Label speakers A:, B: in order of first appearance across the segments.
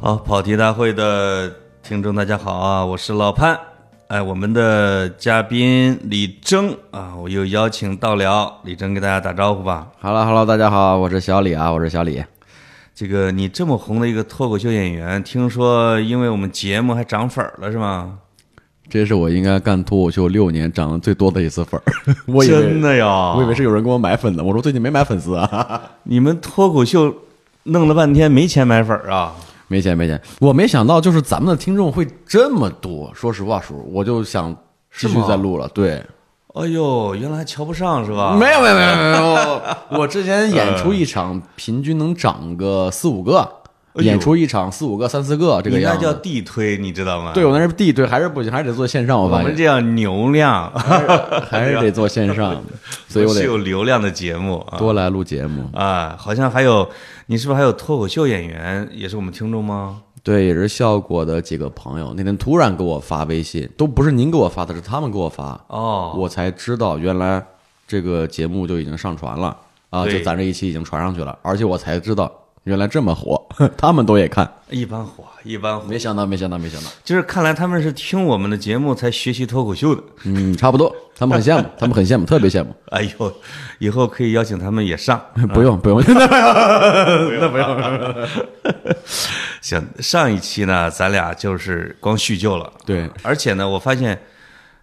A: 好，跑题大会的听众大家好啊，我是老潘。哎，我们的嘉宾李征啊，我又邀请到了李征，给大家打招呼吧。
B: Hello，Hello，大家好，我是小李啊，我是小李。
A: 这个你这么红的一个脱口秀演员，听说因为我们节目还涨粉儿了是吗？
B: 这是我应该干脱口秀六年涨得最多的一次粉儿， 我以为
A: 真的啊呀，
B: 我以为是有人给我买粉的，我说最近没买粉丝啊，
A: 你们脱口秀弄了半天没钱买粉儿啊？
B: 没钱没钱，我没想到就是咱们的听众会这么多，说实话叔，我就想继续再录了，对，
A: 哎呦，原来还瞧不上是吧？
B: 没有没有没有没 有，我之前演出一场平均能涨个四五个，
A: 哎呦
B: 演出一场四五个三四个这个
A: 你那
B: 样
A: 叫
B: 子，
A: 地推，你知道吗？
B: 对我那是地对还是不行，还是得做线上，我
A: 我
B: 发
A: 们
B: 现
A: 这叫流量，
B: 还是得做 线上，所以我
A: 是
B: 得
A: 有流量的节目啊。
B: 多来录节目。
A: 啊，好像还有，你是不是还有脱口秀演员也是我们听众吗？
B: 对，也是效果的几个朋友，那天突然给我发微信，都不是您给我发的，是他们给我发，
A: 哦，
B: 我才知道原来这个节目就已经上传了啊，
A: 对
B: 就咱这一期已经传上去了，而且我才知道原来这么火， 呵他们都也看，
A: 一般火，一般火，
B: 没想到，没想到，没想到，
A: 就是看来他们是听我们的节目才学习脱口秀的。
B: 嗯，差不多，他们很羡 慕，他们很羡慕，特别羡慕，
A: 哎呦，以后可以邀请他们也上。
B: 不用不用，
A: 行，上一期呢，咱俩就是光叙旧了，
B: 对，
A: 而且呢，我发现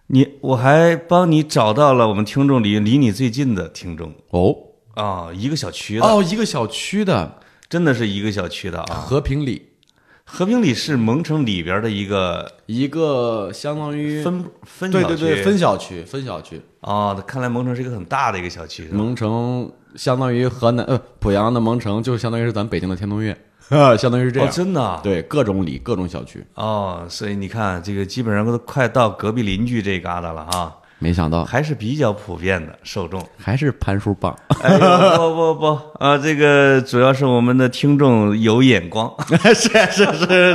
A: 你，我还帮你找到了我们听众里离你最近的听众
B: 哦
A: 啊、一个小区的，
B: 哦，一个小区的
A: 真的是一个小区的啊。
B: 和平里，
A: 和平里是蒙城里边的一个
B: 一个相当于
A: 分分
B: 对
A: 小
B: 对对
A: 区
B: 分小区分小区。
A: 哦，那看来蒙城是一个很大的一个小区，是吧
B: 蒙城相当于河南呃濮阳的蒙城，就相当于是咱北京的天通苑，相当于是这
A: 哦，
B: 样。
A: 真的啊
B: 对，各种里，各种小区，
A: 哦，所以你看，这个基本上都快到隔壁邻居这一旮瘩了啊，
B: 没想到
A: 还是比较普遍的受众。
B: 还是潘叔棒。
A: 哎呦，不不不啊，这个主要是我们的听众有眼 光，
B: 是是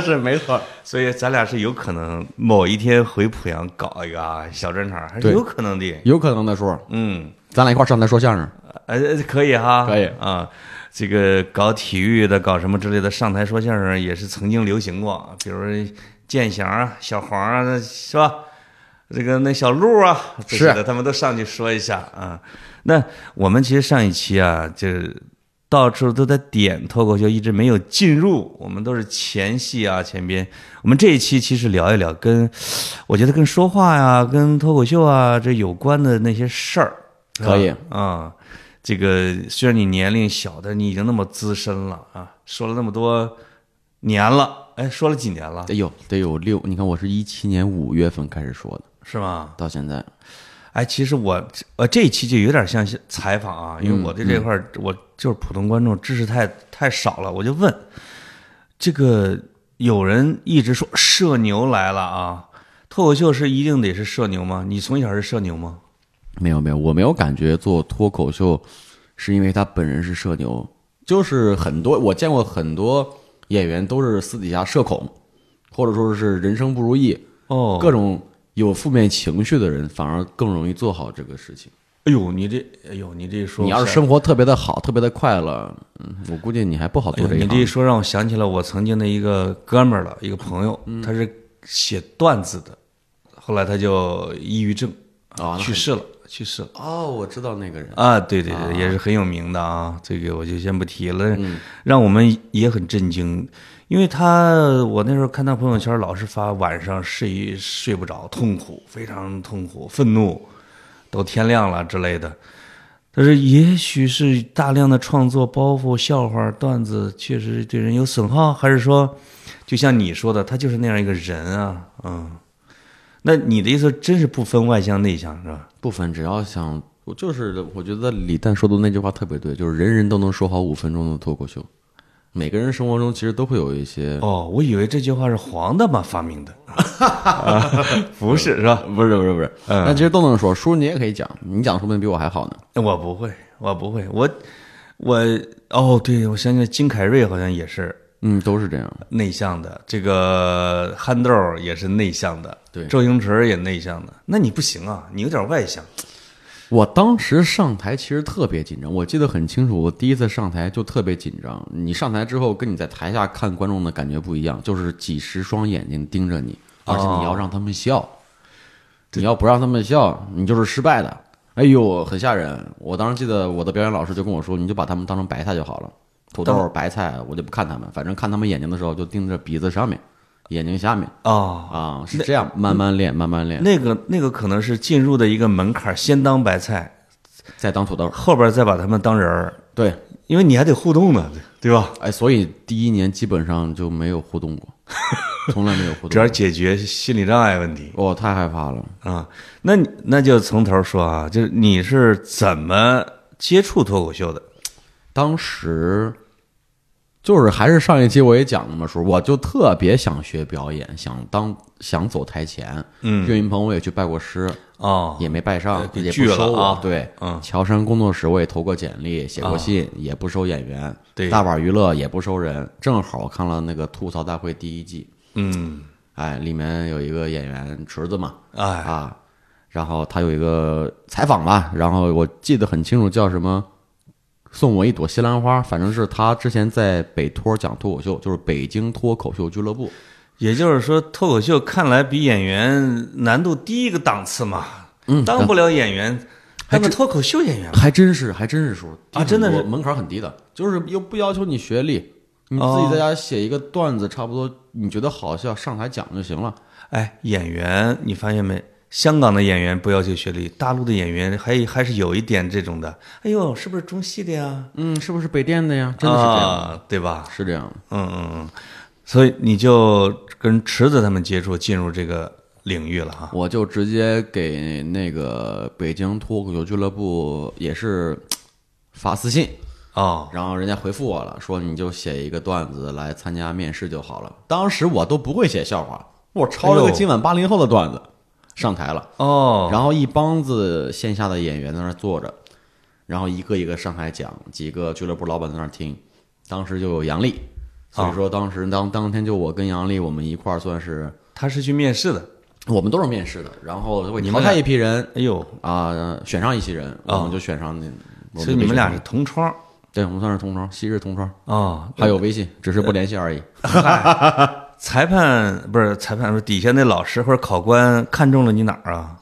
B: 是是，没错。
A: 所以咱俩是有可能某一天回濮阳搞一个啊小专场，还是
B: 对
A: 有可能的。
B: 有可能的叔，
A: 嗯，
B: 咱俩一块儿上台说相声。
A: 哎，可以哈，
B: 可以
A: 啊。这个搞体育的、搞什么之类的，上台说相声也是曾经流行过，比如建祥啊、小黄啊，是吧？这个那小鹿啊，这些的，他们都上去说一下啊。那我们其实上一期啊，就是到处都在点脱口秀，一直没有进入，我们都是前戏啊，前边。我们这一期其实聊一聊跟，我觉得跟说话呀、跟脱口秀啊这有关的那些事儿，是吧
B: 可以
A: 啊。这个虽然你年龄小，但你已经那么资深了啊，说了那么多年了，哎，说了几年了
B: 得，有得有六，你看我是一七年五月份开始说的，
A: 是吗？
B: 到现在
A: 哎，其实我呃这一期就有点像是采访啊，因为我对这块儿、我就是普通观众知识太太少了，我就问这个有人一直说社牛来了啊，脱口秀是一定得是社牛吗？你从小是社牛吗？
B: 没有没有，我没有感觉做脱口秀是因为他本人是社牛，就是很多我见过很多演员都是私底下社恐，或者说是人生不如意，
A: 哦，
B: 各种有负面情绪的人反而更容易做好这个事情。
A: 哎呦，你这哎呦你这一说，
B: 你要是生活特别的好，特别的快乐，嗯，我估计你还不好
A: 哎
B: 做
A: 呦
B: 这一
A: 你这
B: 行
A: 一。说让我想起了我曾经的一个哥们儿了，一个朋友，他是写段子的，后来他就抑郁症
B: 哦那
A: 去世了，去世了。
B: 哦，我知道那个人，
A: 啊，对对对，也是很有名的啊，这个我就先不提了，让我们也很震惊，因为他我那时候看他朋友圈老是发晚上睡睡不着，痛苦，非常痛苦，愤怒，都天亮了之类的。但是也许是大量的创作包袱、笑话、段子，确实对人有损耗，还是说，就像你说的，他就是那样一个人啊，嗯。那你的意思真是不分外向内向是吧？
B: 不分，只要想，我就是我觉得李诞说的那句话特别对，就是人人都能说好五分钟的脱口秀。每个人生活中其实都会有一些，
A: 哦，我以为这句话是黄大妈发 明的，啊不是是吧？
B: 不是不是不是，但其实都能说。叔你也可以讲，你讲说不定比我还好呢。
A: 我不会，我不会，我我哦，对，我想起来金凯瑞好像也是
B: 嗯，都是这样。
A: 内向的，这个憨豆儿也是内向的，
B: 对
A: 周星驰也内向的，那你不行啊，你有点外向，
B: 我当时上台其实特别紧张，我记得很清楚，我第一次上台就特别紧张。你上台之后，跟你在台下看观众的感觉不一样，就是几十双眼睛盯着你，而且你要让他们笑，你要不让他们笑，你就是失败的。哎呦，很吓人！我当时记得我的表演老师就跟我说，你就把他们当成白菜就好了，土豆、白菜，我就不看他们，反正看他们眼睛的时候就盯着鼻子上面，眼睛下面
A: 啊。
B: 啊，是这样，慢慢练，慢慢练，
A: 那个那个可能是进入的一个门槛儿，先当白菜，
B: 再当土豆。
A: 后边儿再把他们当人儿，
B: 对，
A: 因为你还得互动呢，对吧？
B: 哎，所以第一年基本上就没有互动过，从来没有互
A: 主
B: 动
A: 要
B: 过。
A: 解决心理障碍问题
B: 我、太害怕了。
A: 啊。那你那就从头说啊，就是你是怎么接触脱口秀的？
B: 当时就是还是上一期我也讲了嘛，说我就特别想学表演，想当想走台前。
A: 嗯，
B: 岳云鹏我也去拜过师，
A: 哦，
B: 也没拜上
A: 呃，给
B: 也不
A: 拒了
B: 收我。
A: 啊
B: 对，
A: 嗯啊
B: 乔杉工作室我也投过简历，写过信，也不收演员。
A: 对
B: 大碗娱乐也不收人。正好我看了那个《吐槽大会》第一季，
A: 嗯，
B: 哎，里面有一个演员池子嘛，
A: 哎，
B: 啊，然后他有一个采访吧，然后我记得很清楚，叫什么“送我一朵西兰花”，反正是他之前在北托讲脱口秀，就是北京脱口秀俱乐部。
A: 也就是说，脱口秀看来比演员难度低一个档次嘛。
B: 嗯
A: 当不了演员，当个脱口秀演员吧。
B: 还真是，还真是说
A: 啊真的是
B: 门槛很低的，就是又不要求你学历，你自己在家写一个段子，差不多你觉得好笑，上台讲就行了。
A: 哎，演员，你发现没？香港的演员不要求学历，大陆的演员还还是有一点这种的。哎呦，是不是中戏的呀？
B: 嗯，是不是北电的呀？真的是这样，
A: 啊，对吧？
B: 是这样。
A: 嗯嗯嗯，所以你就跟池子他们接触，进入这个领域了啊哈。
B: 我就直接给那个北京脱口秀俱乐部也是发私信，
A: 哦，
B: 然后人家回复我了，说你就写一个段子来参加面试就好了。当时我都不会写笑话，我抄了
A: 哎
B: 个
A: 呦
B: 今晚八零后的段子上台了，
A: 哦，
B: 然后一帮子线下的演员在那儿坐着，然后一个一个上台讲，几个俱乐部老板在那儿听。当时就有杨丽，所
A: 哦
B: 以说当时当当天就我跟杨丽我们一块儿算是
A: 他是去面试的。
B: 我们都是面试的，然后会
A: 你
B: 淘
A: 们
B: 汰
A: 俩
B: 一批人，
A: 哎呦，
B: 啊、选上一批人，我们就选上那。我
A: 所
B: 就
A: 以你
B: 被
A: 们俩
B: 选
A: 是
B: 上
A: 同窗
B: 对，我们算是同窗，昔日同窗，
A: 哦。
B: 还有微信，只是不联系而已。
A: 裁判不是裁判，不是底下那老师或者考官看中了你哪儿啊？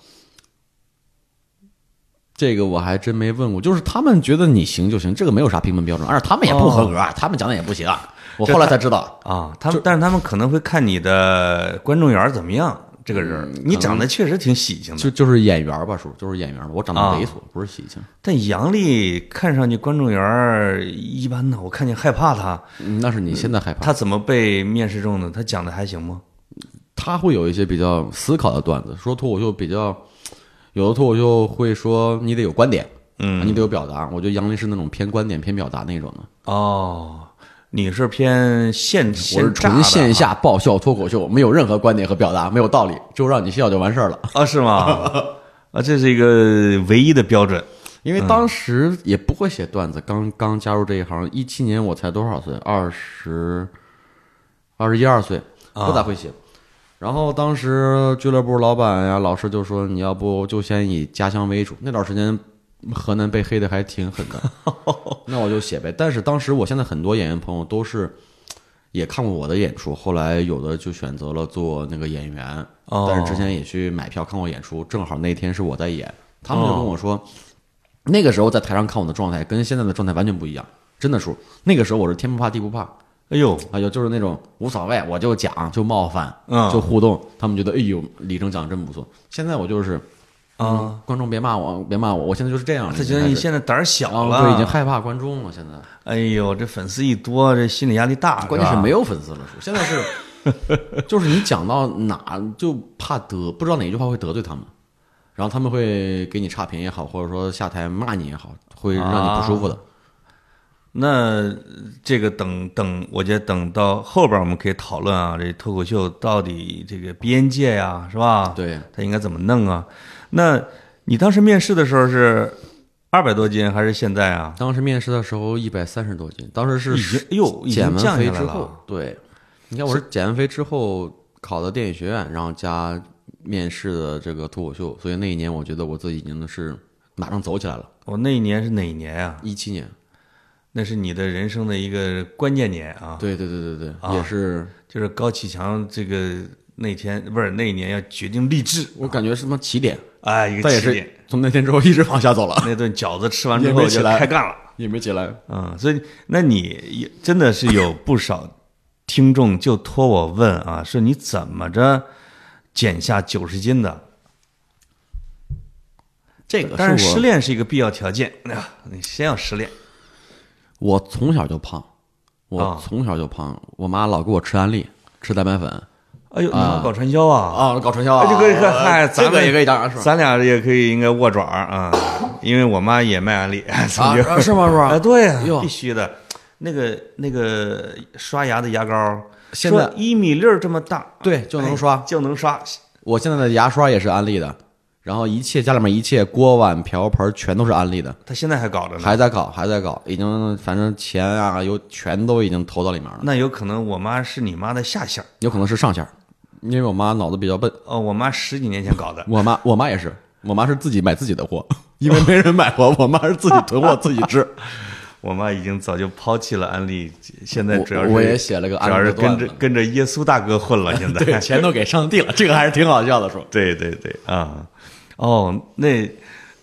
B: 这个我还真没问过，就是他们觉得你行就行，这个没有啥评分标准，而且他们也不合格啊，他们讲的也不行啊。我后来才知道，
A: 啊，他们但是他们可能会看你的观众缘儿怎么样，这个人儿，你长得确实挺喜庆的，
B: 嗯就就是演员吧，叔，就是演员吧。我长得
A: 啊
B: 猥琐，不是喜庆。
A: 但杨丽看上去观众缘儿一般呢，我看见害怕她，
B: 嗯那是你现在害怕。
A: 她怎么被面试中的？她讲的还行吗？
B: 他会有一些比较思考的段子，说脱口秀比较，有的脱口秀会说你得有观点，嗯，你得有表达。我觉得杨林是那种偏观点、偏表达那种的。
A: 哦，你是偏线
B: 我是
A: 线
B: 纯线
A: 下
B: 下爆笑脱口秀，没有任何观点和表达，没有道理，就让你笑就完事儿了。
A: 啊？是 吗？啊，这是一个唯一的标准。
B: 因为当时也不会写段子，刚刚加入这一行，一七年我才多少岁？二十，二十一二岁，不咋会写。然后当时俱乐部老板呀、老师就说，你要不就先以家乡为主。那段时间河南被黑的还挺狠的，那我就写呗。但是当时我现在很多演员朋友都是也看过我的演出，后来有的就选择了做那个演员，
A: 哦
B: 但是之前也去买票看过演出，正好那天是我在演，他们就跟我说，那个时候在台上看我的状态跟现在的状态完全不一样，真的叔，那个时候我是天不怕地不怕，
A: 哎呦，
B: 哎呦就是那种无所谓，我就讲就冒犯，
A: 嗯
B: 就互动，他们觉得哎呦李征讲得真不错，现在我就是。嗯，观众别骂我，别骂我，我现在就是这样了。
A: 她觉得你
B: 已经开始
A: 现在胆儿小
B: 啊对，已经
A: 了。
B: 害怕观众了。现在
A: 哎呦，这粉丝一多，这心理压力大，
B: 关键是
A: 啊吧
B: 没有粉丝了，叔现在是， 就是你讲到哪就怕得，不知道哪句话会得罪他们，然后他们会给你差评也好，或者说下台骂你也好，会让你不舒服的。
A: 那这个等等，我觉得等到后边我们可以讨论啊，这脱口秀到底这个边界呀、是吧？，
B: 对，
A: 它应该怎么弄啊？那你当时面试的时候是二百多斤还是现在啊？
B: 当时面试的时候一百三十多斤，当时是
A: 已经哎呦已经
B: 减完
A: 降
B: 肥
A: 下来
B: 之
A: 了
B: 后，对，你看我是减完肥之后考的电影学院，然后加面试的这个脱口秀，所以那一年我觉得我自己已经是马上走起来了。
A: 我那一年是哪一年啊？
B: 一七年，
A: 那是你的人生的一个关键年啊！
B: 对对对对对，
A: 啊
B: 也是
A: 就是高启强这个那天不是那一年要决定励志，
B: 我感觉是他妈起点，
A: 哎，一
B: 但
A: 个
B: 也
A: 起点。
B: 是从那天之后一直往下走了，
A: 那顿饺子吃完之
B: 也
A: 后
B: 没起
A: 就
B: 来
A: 开干了，
B: 也没起来。
A: 嗯，所以那你也真的是有不少听众就托我问啊，说你怎么着减下九十斤的？
B: 这个
A: 当然，失
B: 我
A: 恋是一个必要条件，哎呀，你先要失恋。
B: 我从小就胖，我
A: 啊
B: 从小就胖，我妈老给我吃安利，吃蛋白粉
A: 哎呦，你们搞传销啊？
B: 啊，搞传销
A: 啊，就可以看，嗨，
B: 这
A: 咱
B: 个
A: 们
B: 也可以当然是吧
A: 咱俩也可以应该握爪儿啊， 因为我妈也卖安利，曾
B: 啊
A: 经
B: 啊是吗？是
A: 啊，
B: 吗？
A: 对呀
B: 哟，
A: 必须的。那个那个刷牙的牙膏，
B: 现在
A: 说一米六这么大，
B: 对，就能刷
A: 哎。就能刷。
B: 我现在的牙刷也是安利的，然后一切家里面一切锅碗瓢盆全都是安利的，
A: 他现在还搞着呢，
B: 还在搞，还在搞，已经反正钱啊有全都已经投到里面了，
A: 那有可能我妈是你妈的下线儿
B: 有可能是上线儿，因为我妈脑子比较笨，，
A: 哦，我妈十几年前搞的
B: 我妈我妈也是，我妈是自己买自己的货， 因为没人买货，我妈是自己囤货自己吃。
A: 我妈已经早就抛弃了安利，现在
B: 我
A: 主要是
B: 我也写了个安
A: 主要
B: 利
A: 是
B: 的段
A: 跟
B: 子
A: 着跟着耶稣大哥混了，现在
B: 对，钱都给上帝了，这个还是挺好笑的说。
A: 对对对啊，哦，那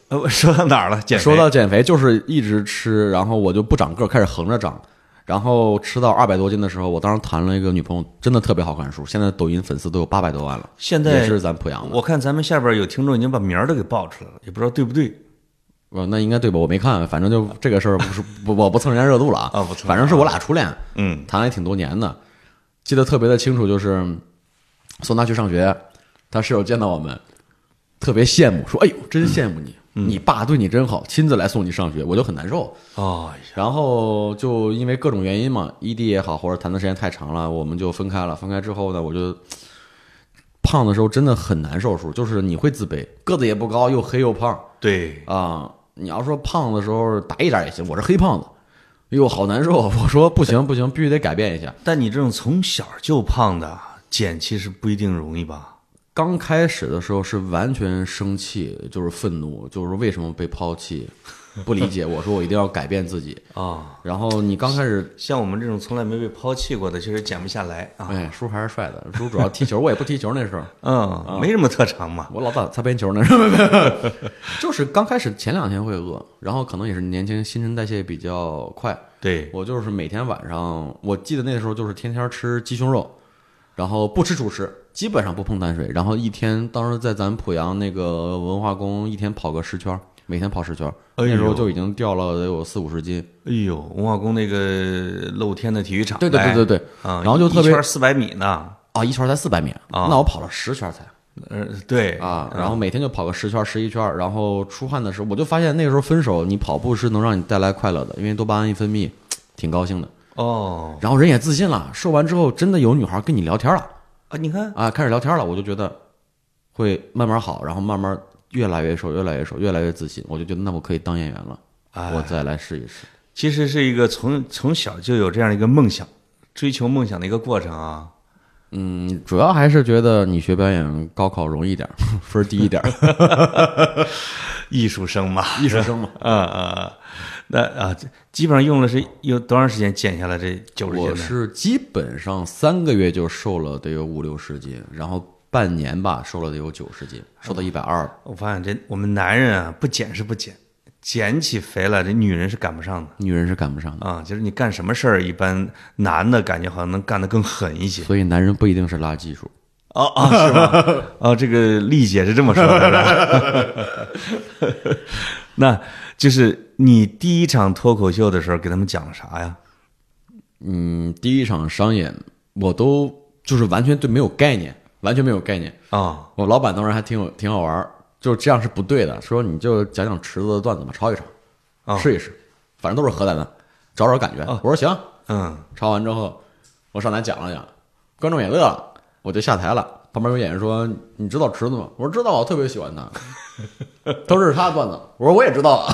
A: 呃我说到哪儿了？减肥
B: 说到减肥，就是一直吃，然后我就不长个儿，开始横着长。然后吃到二百多斤的时候，我当时谈了一个女朋友，真的特别好看数，现在抖音粉丝都有八百多 万了，
A: 现在
B: 也是咱濮阳的。
A: 我看咱们下边有听众已经把名儿都给报出来了，也不知道对不对。
B: 我那应该对吧？我没看，反正就这个事儿不是不我哦不蹭人家热度 了
A: 啊不蹭
B: 反正是我俩初恋，
A: 嗯，
B: 谈了也挺多年的，记得特别的清楚，就是送她去上学，她室友见到我们，特别羡慕，说：“哎呦，真羡慕你，你爸对你真好，亲自来送你上学。”我就很难受，
A: 哦，
B: 然后就因为各种原因嘛，异地也好，或者谈的时间太长了，我们就分开了。分开之后呢，我就胖的时候真的很难受，数就是你会自卑，个子也不高，又黑又胖
A: 对，
B: 啊。你要说胖的时候打一点也行，我是黑胖子，哎呦好难受。我说不行不行，必须得改变一下。
A: 但你这种从小就胖的减，其实不一定容易吧？
B: 刚开始的时候是完全生气，就是愤怒，就是为什么被抛弃，不理解。我说我一定要改变自己。
A: 啊、
B: 然后你刚开始
A: 像我们这种从来没被抛弃过的，确实减不下来啊。
B: 哎，叔还是帅的，叔主要踢球，我也不踢球那时候。啊
A: 嗯，没什么特长嘛。
B: 我老打擦边球呢，是吧 就是刚开始前两天会饿，然后可能也是年轻，新陈代谢比较快。
A: 对，
B: 我就是每天晚上，我记得那时候就是天天吃鸡胸肉，然后不吃主食，基本上不碰碳水，然后一天当时在咱濮阳那个文化宫一天跑个十圈儿，每天跑十圈儿，
A: 哎呦
B: 那时候就已经掉了得有四五十斤。
A: 哎呦，文化宫那个露天的体育场，
B: 对对
A: 来
B: 对对对，
A: 啊，
B: 然后就特别
A: 一圈四百米呢，
B: 啊，一圈儿才四百米，
A: 啊
B: 那我跑了十圈儿才。
A: 呃，对
B: 啊，然后每天就跑个十圈、十一圈，然后出汗的时候，我就发现那个时候分手，你跑步是能让你带来快乐的，因为多巴胺一分泌，挺高兴的。
A: 哦
B: 然后人也自信了，瘦完之后真的有女孩跟你聊天了
A: 啊，你看，
B: 啊，开始聊天了，我就觉得会慢慢好，然后慢慢越来越瘦，越来越瘦，越来越自信，我就觉得那我可以当演员了，
A: 哎
B: 我再来试一试。
A: 其实是一个从从小就有这样一个梦想，追求梦想的一个过程 啊。
B: 嗯，主要还是觉得你学表演高考容易点儿，分儿低一点儿，
A: 艺术生嘛，
B: 艺术 生嘛。
A: 啊啊，那啊，这基本上用了是有多长时间减下来这九十斤
B: 我
A: 呢？
B: 是基本上三个月就瘦了得有五六十斤，然后半年吧瘦了得有九十斤，瘦到一百二。
A: 我发现这我们男人啊，不减是不减，减起肥来这女人是赶不上的。
B: 女人是赶不上的，
A: 啊，就是你干什么事儿，一般男的感觉好像能干得更狠一些。
B: 所以男人不一定是垃圾数。
A: 哦哦，是吗？ 哦，这个丽姐是这么说的是吧。 那就是你第一场脱口秀的时候，给他们讲了啥呀？
B: 嗯，第一场商演我都就是完全对没有概念，完全没有概念。
A: 啊、
B: 我老板当时还挺有挺好玩儿，就这样是不对的，说你就讲讲池子的段子吧，抄一抄，
A: 啊
B: 试一试，反正都是河南的，找找感觉。我说行，
A: 嗯，
B: 抄完之后，我上台讲了讲，观众也乐了，我就下台了。旁边有演员说：“你知道池子吗？”我说：“知道啊，我特别喜欢他，都是他的 段子。”我说：“我也知道啊，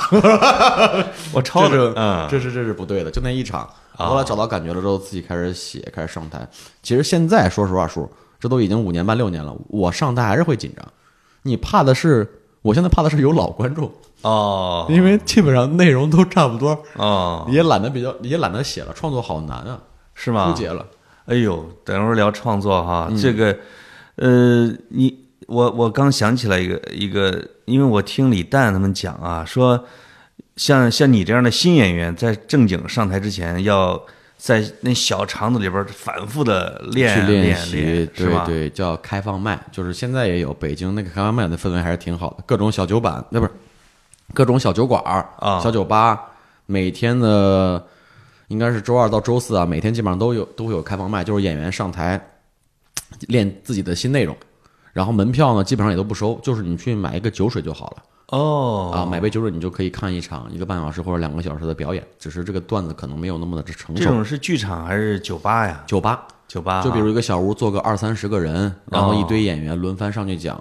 A: 我抄
B: 这是
A: 着，嗯，啊
B: 这是这是不对的，就那一场。”后来找到感觉了之后，自己开始写，开始上台。其实现在说实话，叔，这都已经五年半六年了，我上台还是会紧张。你怕的是，我现在怕的是有老观众，
A: 哦
B: 因为基本上内容都差不多，
A: 哦，
B: 也懒得比较，也懒得写了，创作好难啊，
A: 是吗？
B: 枯竭了。
A: 哎呦，等会儿聊创作哈，
B: 嗯
A: 这个，呃，你我我刚想起来一个一个，因为我听李诞他们讲啊，说像像你这样的新演员，在正经上台之前，要在那小场子里边儿反复的练
B: 去
A: 练
B: 习
A: 练，，是
B: 对
A: 吧？
B: 对，叫开放麦，就是现在也有北京那个开放麦的氛围还是挺好的，各种小酒馆，呃那不是各种小酒馆儿
A: 啊
B: 小酒吧，每天的应该是周二到周四啊，每天基本上都有都会有开放麦，就是演员上台练自己的新内容，然后门票呢基本上也都不收，就是你去买一个酒水就好了。
A: 哦
B: 啊，买杯酒水你就可以看一场一个半小时或者两个小时的表演，只是这个段子可能没有那么的成
A: 这
B: 熟。
A: 种啊是剧场还是酒吧呀？
B: 酒吧
A: 酒吧、
B: 就比如，一个小屋坐个二三十个
A: 哦
B: 人，然后一堆演员轮番上去讲，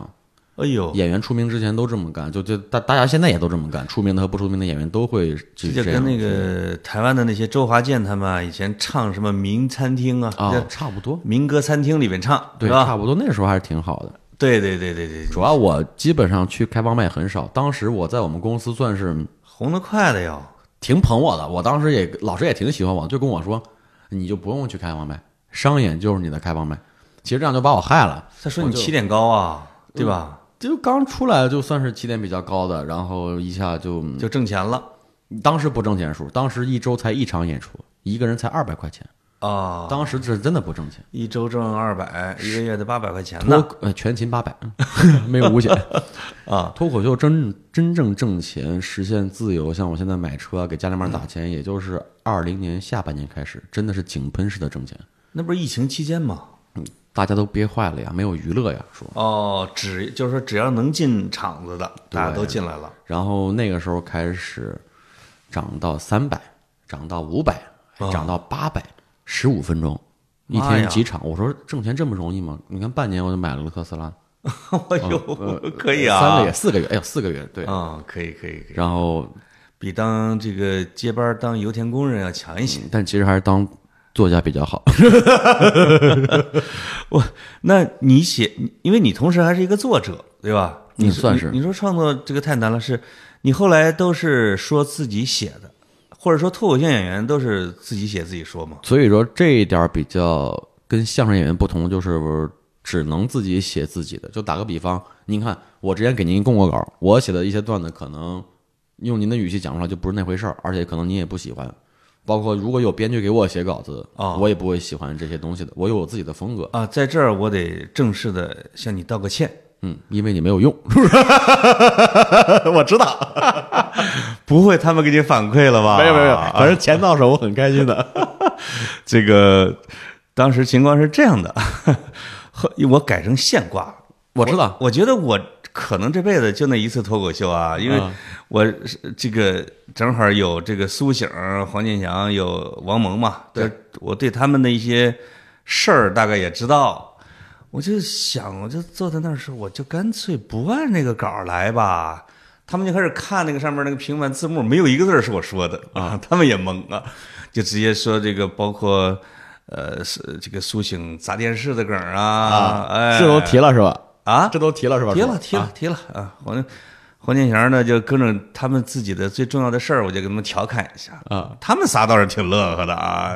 A: 哎呦，
B: 演员出名之前都这么干，就就大大家现在也都这么干，出名的和不出名的演员都会
A: 这
B: 去
A: 就
B: 这样
A: 跟那个台湾的那些周华健他们啊以前唱什么名餐厅啊，
B: 啊、
A: 叫
B: 差不多，
A: 民歌餐厅里面唱，
B: 对，
A: 是吧？
B: 差不多那时候还是挺好的。
A: 对对对对对，
B: 主要我基本上去开放麦很少，当时我在我们公司算是
A: 红的快的要
B: 挺捧我的，我当时也老师也挺喜欢我，就跟我说，你就不用去开放麦，商演就是你的开放麦。其实这样就把我害了，
A: 再说
B: 我
A: 你
B: 就
A: 起点高啊，对吧？
B: 就刚出来就算是起点比较高的，然后一下就
A: 就挣钱了
B: 当时不挣钱数，当时一周才一场演出，一个人才二百块钱，
A: 啊，
B: 当时这真的不挣钱，
A: 一周挣二百，一个月得八百块钱呢
B: 脱呃全勤八百，嗯 没有五险。
A: 啊！
B: 脱口秀真真正挣钱、实现自由，像我现在买车啊给家里面打钱，也就是二零年下半年开始，真的是井喷式的挣钱，
A: 那不是疫情期间吗？
B: 大家都憋坏了呀，没有娱乐呀，说。
A: 哦，只就是说只要能进场子的，大家都进来了。
B: 然后那个时候开始涨到三百，涨到五百，涨到八百，十五分钟，一
A: 啊妈呀
B: 天几场。我说挣钱这么容易吗？你看半年我就买了个特 斯拉，呃
A: 哎呦，可以啊，
B: 嗯三个月、四个月，哎呦，四个月，对。
A: 啊，可以可以可以，
B: 然后，
A: 比当这个接班当油田工人要强一些。
B: 但其实还是当作家比较好。
A: 那你写，因为你同时还是一个作者，对吧？
B: 嗯
A: 你说
B: 算是
A: 你。你说创作这个太难了，是你后来都是说自己写的，或者说脱口秀演员都是自己写自己说吗？
B: 所以说这一点儿比较跟相声演员不同，就是只能自己写自己的。就打个比方，您看我之前给您供过稿，我写的一些段子可能用您的语气讲出来就不是那回事儿，而且可能您也不喜欢。包括如果有编剧给我写稿子，
A: 哦
B: 我也不会喜欢这些东西的。我有我自己的风格，
A: 啊，在这儿我得正式的向你道个 歉。
B: 嗯，因为你没有用，
A: 我知道， 不会他们给你反馈了吧？啊
B: 反正钱到手我很开心的。
A: 这个当时情况是这样的， 后我改成现挂，
B: 我知道，
A: 我觉得我可能这辈子就那一次脱口秀啊，因为
B: 啊
A: 我是这个正好有这个苏醒、黄健翔、有王蒙嘛，
B: 对，
A: 我对他们的一些事儿大概也知道。我就想，我就坐在那儿说，我就干脆不按那个稿儿来吧。他们就开始看那个上面那个平板字幕，没有一个字儿是我说的啊， 他们也懵了，就直接说这个包括。呃，是这个苏醒砸电视的梗儿啊，哎，
B: 这都提了是吧？
A: 啊，
B: 这都提了是吧？
A: 提了提了提了啊！黄黄健翔呢，就各种他们自己的最重要的事儿，我就给他们调侃一下
B: 啊。
A: 他们仨倒是挺乐呵的啊，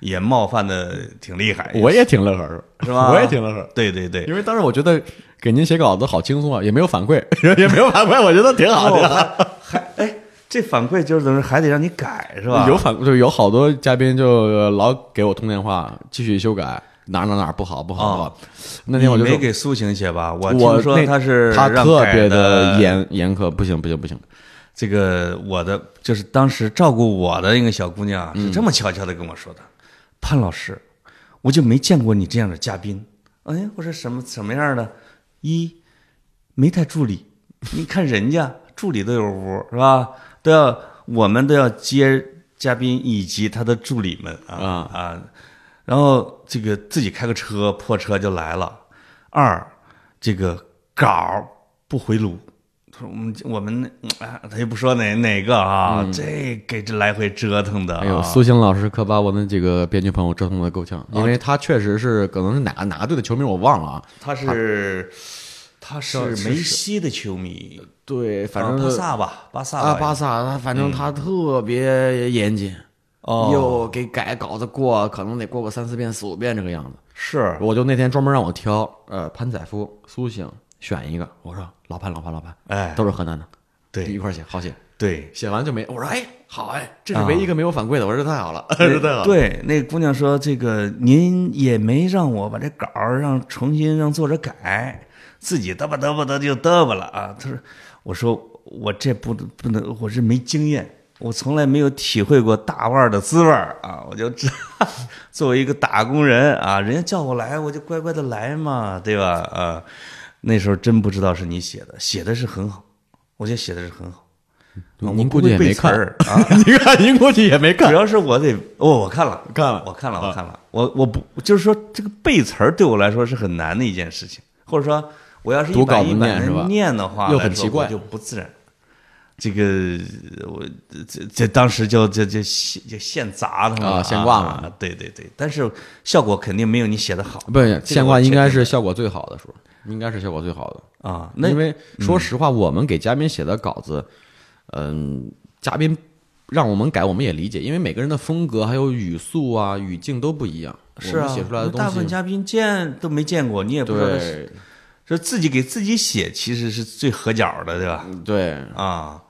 A: 也冒犯的挺厉害，
B: 我也挺乐呵儿，
A: 是吧？
B: 我也挺乐呵儿。
A: 对对 对，
B: 因为当时我觉得给您写稿子好轻松啊，也没有反馈， 也没有反馈，我觉得挺好的。
A: 还哎，这反馈就是等于还得让你改是吧？
B: 有反馈，就有好多嘉宾就呃老给我通电话，继续修改哪儿哪儿哪儿不好不好不好。那天我
A: 哦你
B: 就
A: 没
B: 说，
A: 给苏醒写吧？我
B: 我
A: 听说
B: 那
A: 他是
B: 他
A: 让
B: 特
A: 改
B: 别
A: 的
B: 地严严苛，不行不行不行，
A: 这个我的就是当时照顾我的一个小姑娘啊
B: 嗯
A: 是这么悄悄的跟我说的，潘老师，我就没见过你这样的嘉宾。哎，我说什么什么样的？一没带助理，你看人家 助理都有屋是吧？都要我们都要接嘉宾以及他的助理们啊
B: 啊
A: 啊，然后这个自己开个车破车就来了。二这个稿儿不回炉。他说我们我们那啊，他也不说哪哪个啊，这给这来回折腾的、啊。
B: 嗯哎呦，苏醒老师可把我的这个编剧朋友折腾
A: 哦
B: 的够呛，因为他确实是可能是哪个哪个队的球迷我忘了啊，
A: 他是他他是梅西的球迷，
B: 对，反
A: 啊
B: 正
A: 巴萨吧，巴萨嗯
B: 啊，
A: 吧
B: 巴萨他反正他特别严谨，
A: 哦
B: 又给改稿子过，可能得过个三四遍、四五遍这个样子。
A: 是
B: 我就那天专门让我挑，呃，潘采夫、苏醒选一个，我说老潘、老潘、老潘，
A: 哎
B: 都是河南的，
A: 对
B: 一块儿写，好写。
A: 对，
B: 写完就没，我说哎，好哎，这是唯一一个没有反馈的，我说这太好了， 这太好了。
A: 对，那姑娘说：“这个您也没让我把这稿儿让重新让作者改，自己嘚吧嘚吧的就嘚吧了啊。”她说：“我说我这不不能，我这没经验，我从来没有体会过大腕儿的滋味儿啊。我就知作为一个打工人啊，人家叫我来，我就乖乖的来嘛，对吧？啊，那时候真不知道是你写的，写的是很好，我觉得写的是很好。”啊我
B: 您
A: 不
B: 估计
A: 会
B: 也
A: 背
B: 没
A: 词
B: 看
A: 儿啊，
B: 您看， 您过去也没
A: 主
B: 看，
A: 要是我得，哦，我看了，
B: 看了啊
A: 我看了，我看了，我我不就是说这个背词儿对我来说是很难的一件事情，或者说我要是一
B: 读稿
A: 板
B: 不
A: 一板
B: 念是吧
A: 的念的话，
B: 又很
A: 来说
B: 奇怪
A: 我就不自然。这个我这这当时就就就现就现砸他们了
B: 啊现挂嘛
A: 啊对对对，但是效果肯定没有你写的好
B: 不是
A: 这
B: 现
A: 个
B: 挂
A: 我
B: 应
A: 确
B: 该
A: 定
B: 是效果最好的时候，应该是效果最好的。
A: 啊。那
B: 因为说实话，我们给嘉宾写的稿子，嗯，嘉宾让我们改，我们也理解，因为每个人的风格还有语速啊、语境都不一样，
A: 是
B: 我
A: 啊，
B: 们写出来的
A: 那大部
B: 东
A: 分
B: 西，
A: 嘉宾见都没见过，你也不知道他是，
B: 对
A: 说自己给自己写其实是最合脚的，对吧？
B: 对，
A: 啊，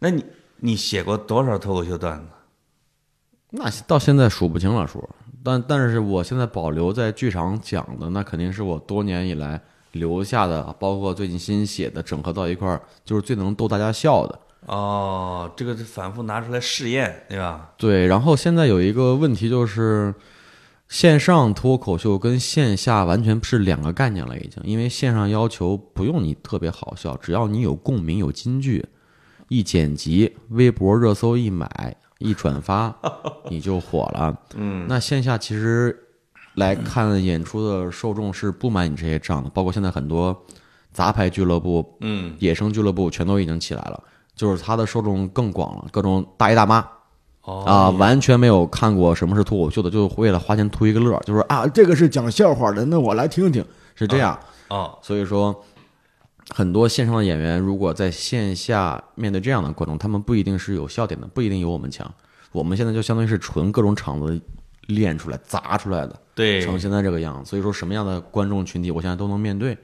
A: 那你你写过多少脱口秀段子？
B: 那到现在数不清了，数，但但是我现在保留在剧场讲的，那肯定是我多年以来留下的，包括最近新写的，整合到一块儿，就是最能逗大家笑的。
A: 哦，这个是反复拿出来试验，对吧？
B: 对，然后现在有一个问题就是，线上脱口秀跟线下完全是两个概念了，已经。因为线上要求不用你特别好笑，只要你有共鸣、有金句，一剪辑、微博热搜一买、一转发，你就火了。嗯，那线下其实来看演出的受众是不买你这些账的，包括现在很多杂牌俱乐部、
A: 嗯，
B: 野生俱乐部全都已经起来了，就是它的受众更广了，各种大爷大妈。
A: 哦，
B: 啊，完全没有看过什么是脱口秀的，就是为了花钱图一个乐儿，就是啊，这个是讲笑话的，那我来听听，是这样。
A: 哦，
B: 所以说，很多线上的演员如果在线下面对这样的观众，他们不一定是有笑点的，不一定有我们强。我们现在就相当于是纯各种场子练出来、砸出来的，
A: 对，
B: 成现在这个样子。所以说，什么样的观众群体，我现在都能面对。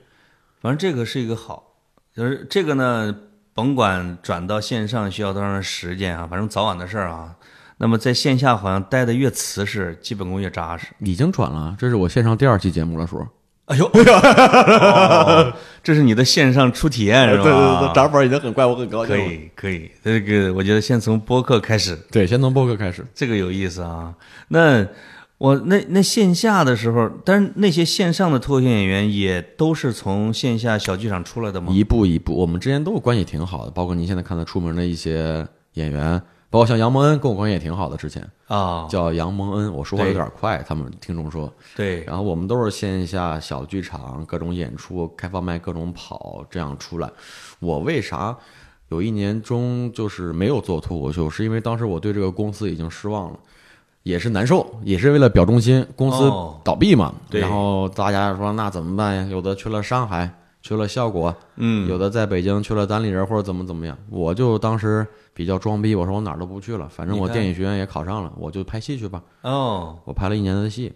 A: 反正这个是一个好，就是这个呢，甭管转到线上需要多长时间啊，反正早晚的事儿啊。那么在线下好像待的越瓷实，基本功越扎实。
B: 已经转了，这是我线上第二期节目了，叔。
A: 哎呦， 哦呃这是你的线上初体哎验是吧？
B: 本已经很怪，我很高
A: 可。以可以，这个我觉得先从播客开始，
B: 对，先从播客开始。
A: 这个有意思啊。那我那那线下的时候，但是那些线上的脱口秀演员也都是从线下小剧场出来的吗？
B: 一步一步，我们之间都关系挺好的，包括您现在看的出门的一些演员，包括像杨蒙恩跟我关系也挺好的，之前
A: 啊，
B: 叫杨蒙恩，我说话有点快，他们听众说，
A: 对，
B: 然后我们都是线下小剧场各种演出、开放麦各种跑这样出来，我为啥？有一年中就是没有做脱口秀，是因为当时我对这个公司已经失望了，也是难受，也是为了表忠心，公司
A: 哦
B: 倒闭嘛。
A: 对
B: 然后大家说那怎么办呀？有的去了上海，去了效果，
A: 嗯，
B: 有的在北京去了单立人或者怎么怎么样，我就当时比较装逼，我说我哪儿都不去了，反正我
A: 你看
B: 电影学院也考上了，我就拍戏去吧。
A: 哦，
B: 我拍了一年的戏，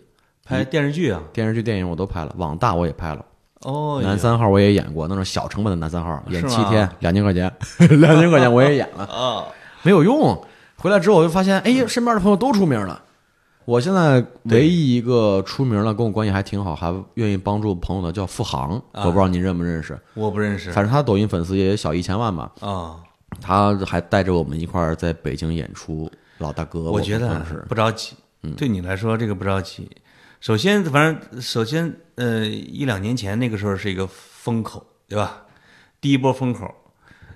A: 拍电视剧啊，
B: 电视剧、电影我都拍了，网大我也拍了，
A: 哦，
B: 男三号我也演过，那种小成本的男三号，
A: 是
B: 演
A: 吗
B: 七天，两千块钱，两千块钱我也演了，
A: 啊，
B: 没有用。回来之后我就发现，哎，身边的朋友都出名了。我现在唯一一个出名了，跟我关系还挺好，还愿意帮助朋友的叫付航，
A: 啊
B: 我不知道您认不认识，
A: 我不认识
B: 反正他抖音粉丝也有小一千万吧。
A: 啊，
B: 他还带着我们一块儿在北京演出，老大哥，
A: 我觉
B: 不嗯
A: 得啊
B: 算是
A: 不着急，对你来说这个不着急。首先，反正首先，呃，一两年前那个时候是一个风口，对吧？第一波风口，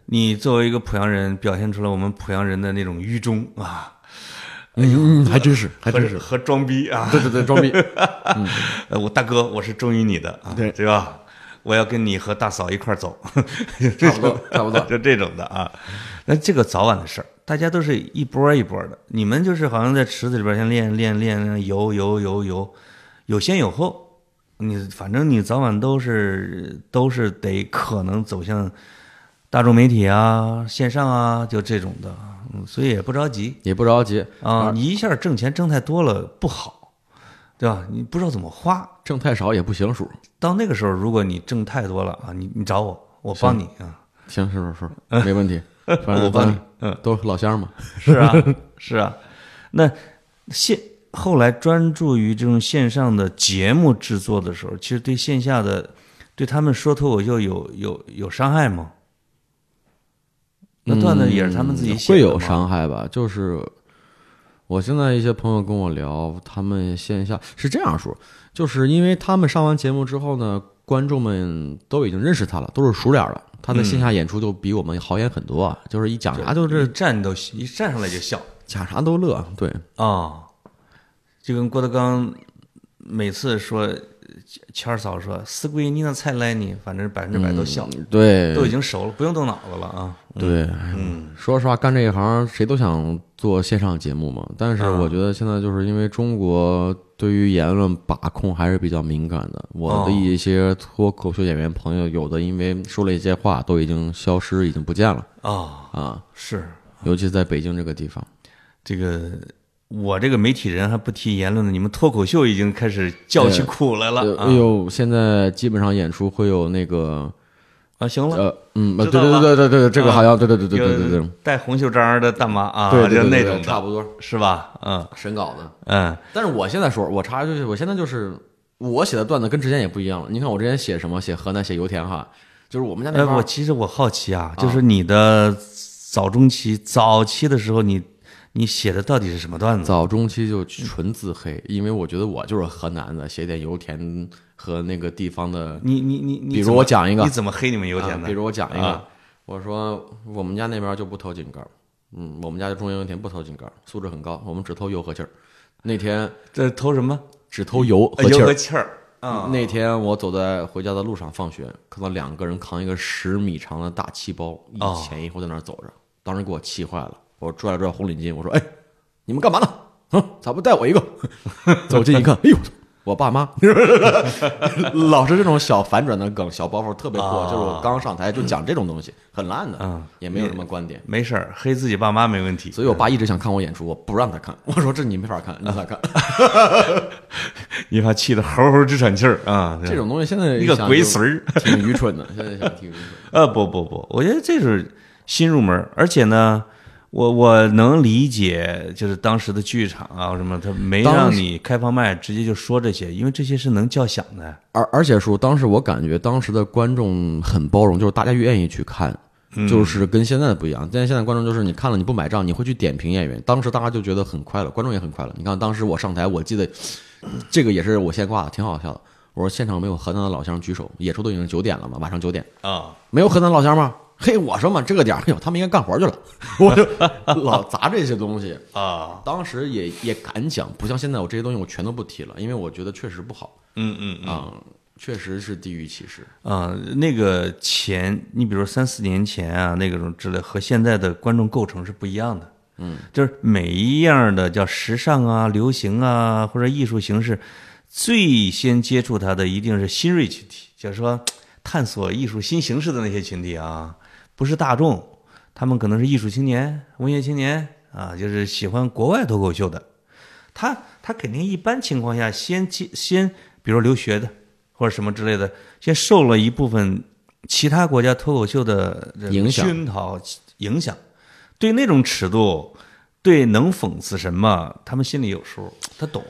A: 你作为一个濮阳人，表现出了我们濮阳人的那种愚忠啊，
B: 嗯，还真是，还真是，
A: 和装逼啊！
B: 对对对，装逼，
A: 呃，我大哥，我是忠于你的啊，
B: 对
A: 对吧？我要跟你和大嫂一块儿走，
B: 差不多，差不多。
A: 就这种的啊。那这个早晚的事儿，大家都是一波一波的。你们就是好像在池子里边先练练练练游游游游，有先有后，你反正你早晚都是都是得可能走向大众媒体啊、线上啊，就这种的，嗯所以也不着急
B: 也不着急，
A: 啊。你一下挣钱挣太多了不好，对吧？你不知道怎么花。
B: 挣太少也不行，数。
A: 到那个时候，如果你挣太多了啊，你你找我，我帮你啊。
B: 行，是是是，没问题，反正
A: 嗯我帮你，
B: 嗯，都是老乡嘛，
A: 是啊，是啊。那线后来专注于这种线上的节目制作的时候，其实对线下的对他们说脱口秀有有有伤害吗？那段子也是他们自己写
B: 嗯会
A: 的、
B: 有？伤害吧？就是我现在一些朋友跟我聊，他们线下是这样说，就是因为他们上完节目之后呢，观众们都已经认识他了，都是熟脸了，他在
A: 嗯
B: 线下演出就比我们好演很多啊，就是一讲啥就
A: 一
B: 是
A: 站都一站上来就笑
B: 讲啥都乐，对，
A: 啊、就跟郭德纲每次说，谦儿嫂说“死鬼，你那菜来你”，反正百分之百都笑，
B: 嗯对，
A: 都已经熟了，不用动脑子了啊。
B: 对，嗯，说实话，干这一行谁都想做线上节目嘛。但是
A: 啊
B: 我觉得现在就是因为中国对于言论把控还是比较敏感的。我的一些脱口秀演员朋友，有的因为说了一些话，都已经消失，已经不见了
A: 啊、
B: 啊。
A: 是
B: 尤其在北京这个地方，
A: 这个，我这个媒体人还不提言论呢，你们脱口秀已经开始叫起苦来
B: 呃
A: 了
B: 哎
A: 啊！
B: 呦，现在基本上演出会有那个
A: 啊，行了，
B: 呃，嗯，对
A: 知道了
B: 对对对对，这个
A: 啊
B: 好像对对对对对对对
A: 有带红袖章儿的大妈啊，
B: 对对
A: 就
B: 对
A: 那
B: 对
A: 种
B: 差
A: 的，
B: 不多
A: 是吧？嗯
B: 审稿的。
A: 嗯，
B: 但是我现在说，我查就是我现在就是我写的段子跟之前也不一样了。你看我之前写什么，写河南，写油田哈，就是我们家那
A: 哎，
B: 边儿、
A: 我其实我好奇啊，就是你的早中期、早期的时候你，你写的到底是什么段子？
B: 早中期就纯自黑，因为我觉得我就是河南的，写点油田和那个地方的，
A: 你你你你，
B: 比如我讲一个
A: 你怎么黑你们油田
B: 啊
A: 的？
B: 比如我讲一个，
A: 啊
B: 我说我们家那边就不投井盖儿，嗯，我们家的中央油田不投井盖儿，素质很高，我们只投油和气儿。那天
A: 这投什么？
B: 只投油
A: 呃
B: 和气
A: 油
B: 儿
A: 和，气儿啊！
B: 那天我走在回家的路上，放学看到两个人扛一个十米长的大气包，
A: 哦
B: 一前一后在那儿走着，当时给我气坏了。我拽了拽红领巾，我说：“哎，你们干嘛呢？哼，咋不带我一个？” 走近一看，哎呦，我爸妈 老是这种小反转的梗，小包袱特别破。
A: 啊
B: 就是我刚上台就讲这种东西，很烂的，
A: 嗯
B: 也没有什么观点。
A: 没事儿，黑自己爸妈没问题。
B: 所以我爸一直想看我演出，我不让他看。我说：“这你没法看，你让他看。
A: 你把气得嗷嗷直喘气儿啊！
B: 这种东西现在
A: 一个
B: 想
A: 鬼
B: 就
A: 孙儿，
B: 挺愚蠢的，现在想挺愚蠢的。
A: 呃，不不不，我觉得这是新入门儿，而且呢，我我能理解，就是当时的剧场啊什么，他没
B: 当
A: 让
B: 时
A: 你开放麦直接就说这些，因为这些是能叫响的。
B: 而而且叔，当时我感觉当时的观众很包容，就是大家愿意去看，就是跟现在的不一样。现在现在观众就是你看了你不买账，你会去点评演员。当时大家就觉得很快乐，观众也很快乐。你看当时我上台，我记得这个也是我先挂的，挺好笑的。我说现场没有河南的老乡举手，演出都已经九点了嘛，晚上九点
A: 啊，
B: 没有河南老乡吗？嘿，我说嘛，这个点儿，哎呦，他们应该干活去了， 我就老砸这些东西。
A: 啊，
B: 当时也也敢讲，不像现在我这些东西我全都不提了，因为我觉得确实不好。
A: 嗯嗯
B: 啊、确实是地域歧视。
A: 啊，那个前，你比如三四年前啊，那个种之类，和现在的观众构成是不一样的。嗯，就是每一样的叫时尚啊、流行啊或者艺术形式，最先接触它的一定是新锐群体，就是说探索艺术新形式的那些群体啊，不是大众，他们可能是艺术青年、文学青年啊，就是喜欢国外脱口秀的。他他肯定一般情况下先接先，比如留学的或者什么之类的，先受了一部分其他国家脱口秀的这个
B: 影响
A: 熏陶影响，对那种尺度，对能讽刺什么，他们心里有数，他懂。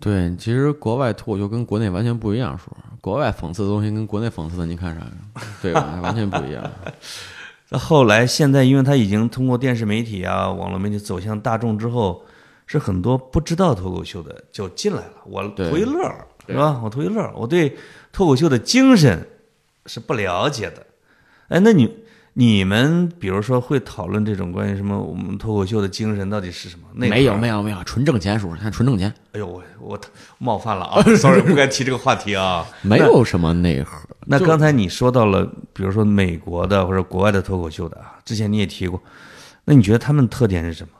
B: 对，其实国外脱口秀跟国内完全不一样，说国外讽刺的东西跟国内讽刺的，你看啥呀？对吧？完全不一 样。
A: 那后来现在，因为他已经通过电视媒体啊、网络媒体走向大众之后，是很多不知道脱口秀的就进来了。我
B: 对
A: 图一乐儿，是吧？我图一乐儿，我对脱口秀的精神是不了解的。哎，那你你们比如说会讨论这种关于什么我们脱口秀的精神到底是什么？那
B: 没有
A: 有，
B: 没有没有，纯挣钱，叔，看纯挣钱，
A: 哎呦，我我冒犯了啊 ，sorry，不该提这个话题啊。
B: 没有什么内核。
A: 那
B: 就
A: 刚才你说到了，比如说美国的或者国外的脱口秀的啊，之前你也提过，那你觉得他们特点是什么？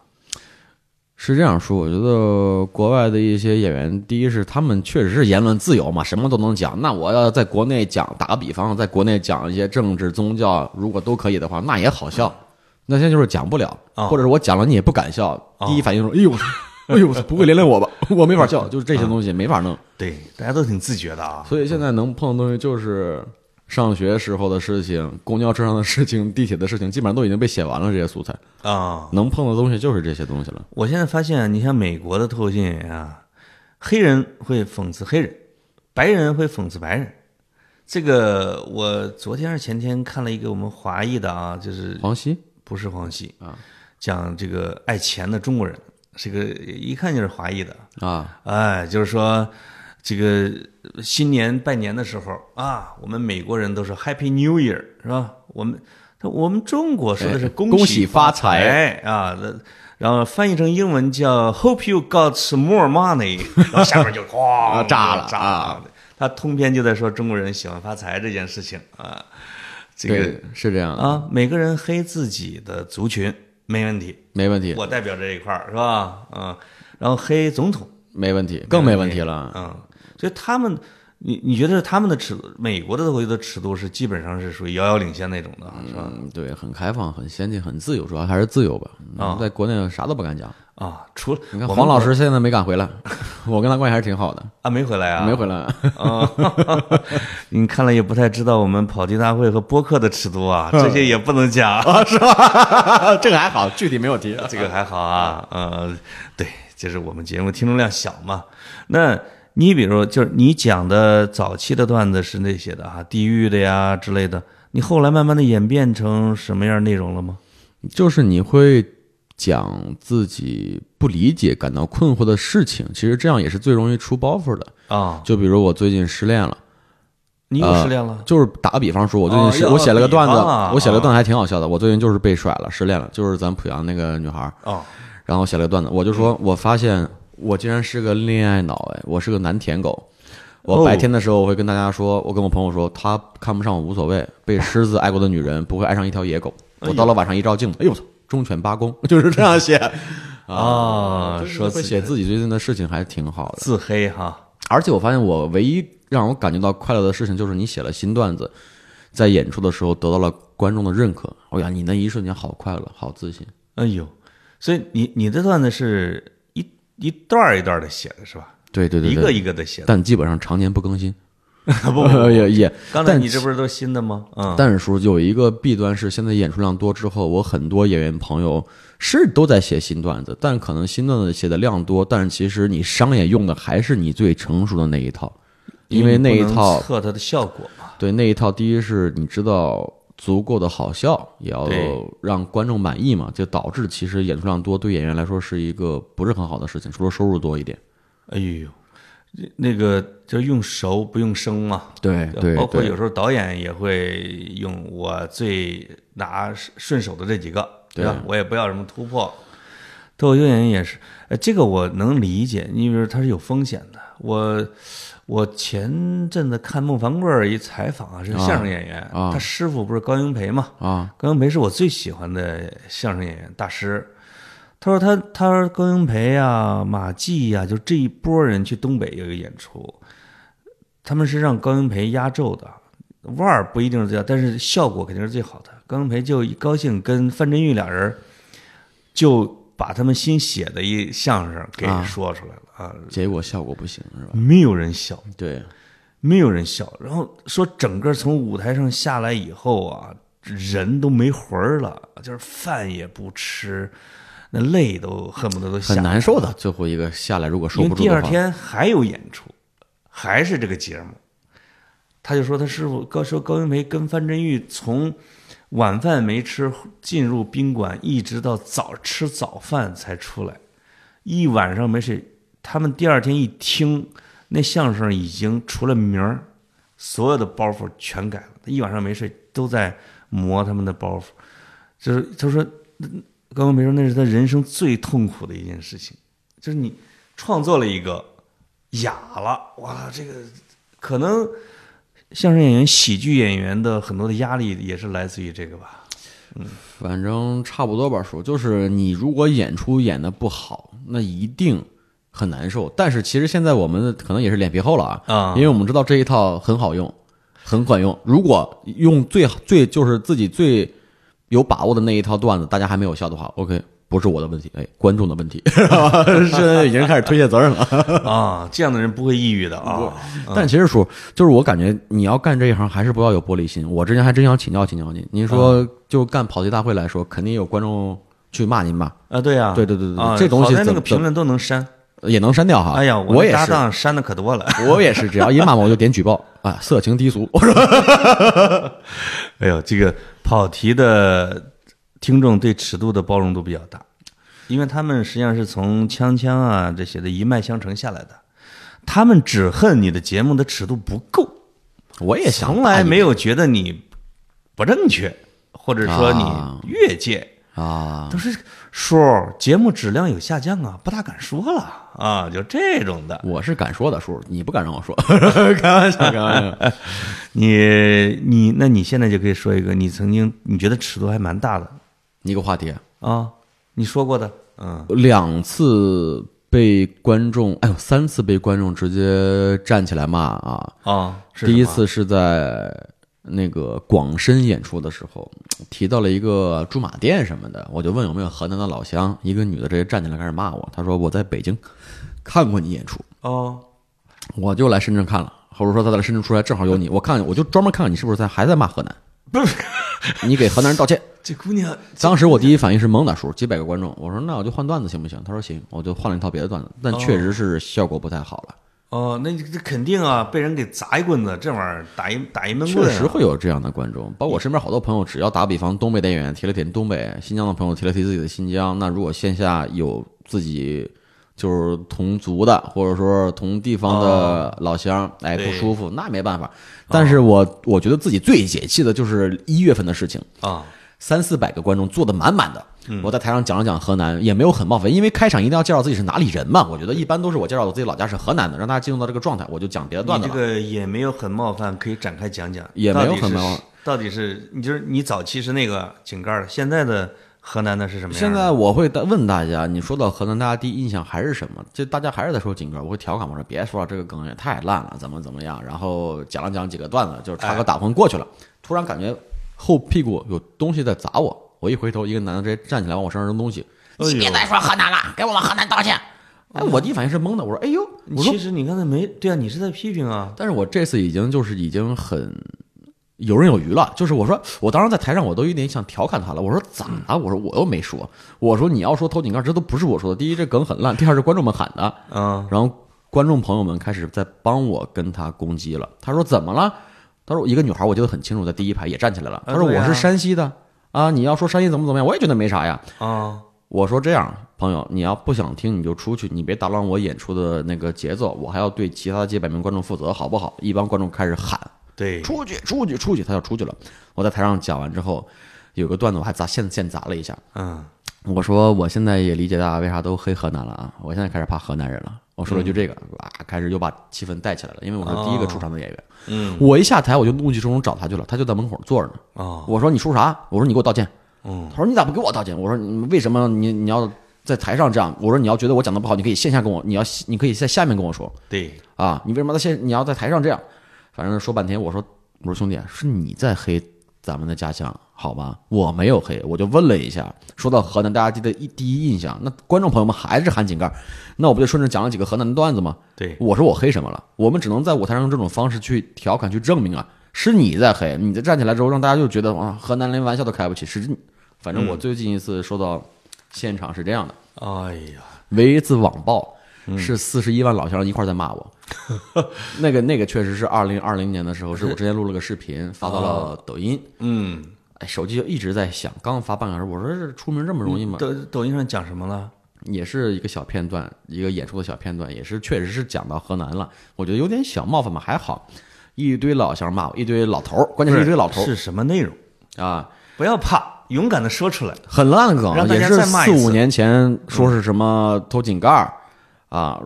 B: 是这样说，我觉得国外的一些演员，第一是他们确实是言论自由嘛，什么都能讲。那我要在国内讲，打个比方，在国内讲一些政治、宗教，如果都可以的话，那也好笑。那现在就是讲不了，
A: 哦
B: 或者是我讲了你也不敢笑，
A: 哦
B: 第一反应就是哎呦，哎呦，不会连累我吧？ 我没法
A: 啊
B: 笑，就是这些东西没法弄。
A: 对，大家都挺自觉的啊。
B: 所以现在能碰的东西就是上学时候的事情、公交车上的事情、地铁的事情，基本上都已经被写完了。这些素材
A: 啊、
B: 能碰的东西就是这些东西了。
A: 我现在发现，啊你像美国的脱口秀演员啊，黑人会讽刺黑人，白人会讽刺白人。这个我昨天还是前天看了一个我们华裔的啊，就是
B: 黄西，
A: 不是黄西啊，讲这个爱钱的中国人，是个一看就是华裔的，
B: 啊，
A: 哎，就是说这个新年拜年的时候啊，我们美国人都是 Happy New Year 是吧？我们我们中国说的是
B: 哎恭喜
A: 喜
B: 发
A: 财啊，那然后翻译成英文叫 Hope you got some more money，然后下面就
B: 啊
A: 哐
B: 炸了
A: 炸
B: 啊！
A: 他通篇就在说中国人喜欢发财这件事情啊，这个
B: 对，是这样，
A: 啊，每个人黑自己的族群没问题，
B: 没问题，
A: 我代表这一块儿是吧？嗯，然后黑总统。
B: 没问题，更没问题了。
A: 嗯，所以他们，你你觉得他们的尺度，美国的脱口秀的尺度是基本上是属于遥遥领先那种的啊，是吧？
B: 嗯，对，很开放，很先进，很自由，主要还是自由吧。嗯
A: 啊
B: 在国内啥都不敢讲。
A: 啊，除了
B: 你看
A: 我们
B: 黄老师现在没敢回来，我跟他关系还是挺好的，
A: 啊，没回来啊，
B: 没回来。
A: 啊，你看来也不太知道我们跑题大会和播客的尺度啊，
B: 嗯
A: 这些也不能讲 啊，
B: 这个还好，具体没有提。
A: 这个还好啊，呃，对，就是我们节目听众量小嘛。那你比如就是你讲的早期的段子是那些的啊，地狱的呀之类的，你后来慢慢的演变成什么样内容了吗？
B: 就是你会讲自己不理解、感到困惑的事情，其实这样也是最容易出包袱的。
A: 啊，
B: 就比如我最近失恋了，
A: 你又
B: 呃
A: 失恋了？
B: 就是打个比方说，我最
A: 哦
B: 近是、
A: 要
B: 我写了个段子，
A: 比方啊
B: 我写了个段子还挺好笑的。我最近就是被甩了，失恋了，就是咱濮阳那个女孩儿，
A: 哦，
B: 然后写了个段子，我就说我发现我竟然是个恋爱脑，哎，我是个南舔狗。我
A: 哦
B: 白天的时候，我会跟大家说，我跟我朋友说，他看不上我无所谓，被狮子爱过的女人不会爱上一条野狗。我到了晚上一照镜子，哎呦我操，忠犬八公， 就是这样写。
A: 啊，
B: 就是
A: 说
B: 会
A: 自
B: 写自己最近的事情还挺好的，
A: 自黑哈，
B: 而且我发现我唯一让我感觉到快乐的事情就是你写了新段子，在演出的时候得到了观众的认可。哎呀，你那一瞬间好快乐，好自信。
A: 哎呦，所以你你的段子是一一段儿一段的写的是吧？
B: 对对对
A: 一
B: 对，
A: 个一个的写的，
B: 但基本上常年不更新， 呃
A: 不不不，
B: 也也。
A: 刚才
B: 但
A: 你这不是都新的吗？嗯，
B: 但是说有一个弊端是，现在演出量多之后，我很多演员朋友是都在写新段子，但可能新段子写的量多，但是其实你商业用的还是你最成熟的那一套，因为那一
A: 你嗯不能
B: 套
A: 测它的效果嘛，
B: 对那一套，第一是你知道足够的好笑，也要
A: 对
B: 让观众满意嘛，就导致其实演出量多对演员来说是一个不是很好的事情，除了收入多一点。
A: 哎呦，那个就是用熟不用生嘛。
B: 对
A: 包括有时候导演也会用我最拿顺手的这几个，对吧？我也不要什么突破。脱口秀演员也是，呃，这个我能理解，因为它是有风险的。我我前阵子看孟凡贵儿一采访啊，是个相声演员，
B: 啊
A: 他师傅不是高英培嘛？
B: 啊，
A: 高英培是我最喜欢的相声演员大师。他说他他说高英培啊、马季啊，就这一波人去东北有一个演出，他们是让高英培压轴的，腕儿不一定是最好，但是效果肯定是最好的。高英培就一高兴跟范振钰俩人就把他们新写的一相声给
B: 啊
A: 说出来了啊
B: 结果效果不行是吧？
A: 没有人笑。
B: 对，
A: 没有人笑。然后说整个从舞台上下来以后啊，人都没魂儿了，就是饭也不吃，那泪都恨不得都下
B: 很难受的。最后一个下来，如果收
A: 因
B: 不
A: 为
B: 住
A: 第
B: 的
A: 二
B: 话，
A: 天还有演出，还是这个节目。他就说他师傅高说高云培跟范振钰从晚饭没吃进入宾馆，一直到早吃早饭才出来，一晚上没睡。他们第二天一听那相声已经除了名儿，所有的包袱全改了。他一晚上没睡，都在磨他们的包袱。就是他说嗯高云培说那是他人生最痛苦的一件事情。就是你创作了一个哑了，哇，这个可 能相声演员、喜剧演员的很多的压力也是来自于这个吧？
B: 反正差不多吧，叔。就是你如果演出演的不好，那一定很难受。但是其实现在我们可能也是脸皮厚了啊，
A: 啊
B: 因为我们知道这一套很好用，很管用。如果用最好最就是自己最有把握的那一套段子，大家还没有笑的话，OK，不是我的问题，哎，观众的问题， 是吧现在已经开始推卸责任了。
A: 啊，这样的人不会抑郁的啊。
B: 但其实叔，就是我感觉你要干这一行，还是不要有玻璃心。我之前还真想请教请教您，您
A: 嗯
B: 说就干跑题大会来说，肯定有观众去骂您吧，
A: 啊，对呀，
B: 对对对对对
A: 啊
B: 这东西
A: 好在那
B: 怎
A: 个
B: 么
A: 评论都能删。
B: 也能删掉哈。
A: 哎呀，
B: 我
A: 那
B: 也
A: 搭
B: 是，
A: 档删的可多了。
B: 我也是，只要一骂我就点举报啊，色情低俗。我说
A: 哎呦，这个跑题的听众对尺度的包容度比较大，因为他们实际上是从锵锵啊这些的一脉相承下来的，他们只恨你的节目的尺度不够，
B: 我也想
A: 从
B: 骂
A: 来
B: 你
A: 没有觉得你不正确，或者说
B: 啊
A: 你越界。
B: 啊，
A: 都是叔，节目质量有下降啊，不大敢说了啊，就这种的。
B: 我是敢说的叔，你不敢让我说， 开玩笑，开玩笑。
A: 你你，那你现在就可以说一个你曾经你觉得尺度还蛮大的
B: 一个话题，
A: 啊，你说过的，嗯，
B: 两次被观众，哎呦，三次被观众直接站起来骂啊。
A: 啊，是
B: 第一
A: 什么
B: 次是在那个广深演出的时候，提到了一个驻马店什么的，我就问有没有河南的老乡，一个女的直接站起来开始骂我，她说我在北京看过你演出，
A: 哦，
B: 我就来深圳看了，或者说她在深圳出来正好有你，我看我就专门看看你是不是在还在骂河南，
A: 不是，
B: 你给河南人道 歉。
A: 这姑娘
B: 当时我第一反应是蒙大叔，几百个观众，我说那我就换段子行不行？他说行，我就换了一套别的段子，但确实是效果不太好了。
A: 哦，那这肯定啊，被人给砸一棍子，这玩意儿打一打一闷棍、啊
B: 确实会有这样的观众，包括我身边好多朋友，只要打比方，东北的演员提了提东北，新疆的朋友提了提自己的新疆。那如果线下有自己就是同族的，或者说同地方的老乡，哎不
A: 对
B: 舒服，那没办法。但是我我觉得自己最解气的就是一月份的事情，
A: 啊，
B: 三四百个观众坐得满满的。我在台上讲了讲河南，也没有很冒犯，因为开场一定要介绍自己是哪里人嘛。我觉得一般都是我介绍我自己老家是河南的，让大家进入到这个状态，我就讲别的段
A: 你
B: 子
A: 这
B: 了。
A: 个也没有很冒犯，可以展开讲讲，
B: 也没有很冒
A: 犯，到底是你就是你早期是那个井盖儿，现在的河南的是什么样？
B: 现在我会大问大家，你说到河南，大家第一印象还是什么？就大家还是在说井盖，我会调侃我说别说了，这个梗也太烂了，怎么怎么样？然后讲了讲几个段子，就是插科打诨过去了。突然感觉后屁股有东西在砸我，我一回头，一个男的直接站起来往我身上扔东西，
A: 哎呦
B: 你别再说河南了，给我们河南道歉。哎，我第一反应是懵的，我说哎呦，我说
A: 其实你刚才没对啊，你是在批评啊。
B: 但是我这次已经就是已经很游刃有余了，就是我说我当时在台上我都有点想调侃他了，我说咋了？我说我又没说，我说你要说偷井盖，这都不是我说的。第一，这梗很烂；第二是观众们喊的，
A: 嗯，
B: 然后观众朋友们开始在帮我跟他攻击了。他说怎么了？他说一个女孩，我记得很清楚，在第一排也站起来了。
A: 啊
B: 他说
A: 对
B: 我
A: 呀
B: 是山西的啊，你要说山西怎么怎么样，我也觉得没啥呀。
A: 啊，
B: 我说这样，朋友，你要不想听你就出去，你别打乱我演出的那个节奏，我还要对其他的几百名观众负责，好不好？一帮观众开始喊
A: 对，
B: 出去，出去，出去，他就出去了。我在台上讲完之后，有个段子我还砸现现砸了一下，
A: 嗯，
B: 我说我现在也理解大家为啥都黑河南了啊，我现在开始怕河南人了。我说了一句这个，哇，开始又把气氛带起来了，因为我是第一个出场的演员。
A: 嗯，
B: 我一下台我就怒气冲冲找他去了，他就在门口坐着呢。
A: 哦，
B: 我说你说啥？我说你给我道歉。
A: 嗯，
B: 他说你咋不给我道歉？我说你为什么你你要在台上这样？我说你要觉得我讲的不好，你可以线下跟我，你要你可以在下面跟我说
A: 对，
B: 啊，你为什么在线你要在台上这样？反正说半天，我说我说兄弟，是你在黑咱们的家乡好吗？我没有黑，我就问了一下。说到河南，大家记得一第一印象，那观众朋友们还是喊井盖儿，那我不就顺着讲了几个河南的段子吗？
A: 对，
B: 我说我黑什么了？我们只能在舞台上用这种方式去调侃、去证明啊，是你在黑。你在站起来之后，让大家就觉得啊，河南连玩笑都开不起。实际，反正我最近一次收到现场是这样的，
A: 哎呀，
B: 唯一一次网暴是四十一万老乡一块儿在骂我。那个那个确实是二零二零年的时候，是我之前录了个视频发到了抖音，
A: 嗯，
B: 哎，手机就一直在响，刚发半个小时，我说这出名这么容易吗？
A: 抖抖音上讲什么了？
B: 也是一个小片段，一个演出的小片段，也是确实是讲到河南了，我觉得有点小冒犯吧，还好。一堆老乡骂我，一堆老头儿，关键是一堆老头
A: 是什么内容？
B: 儿啊，
A: 不要怕，勇敢的说出来。
B: 很烂的
A: 让
B: 梗，啊
A: 大
B: 也
A: 家
B: 是
A: 再骂
B: 四
A: 一
B: 五
A: 次嗯
B: 年前说是什么偷井盖儿啊，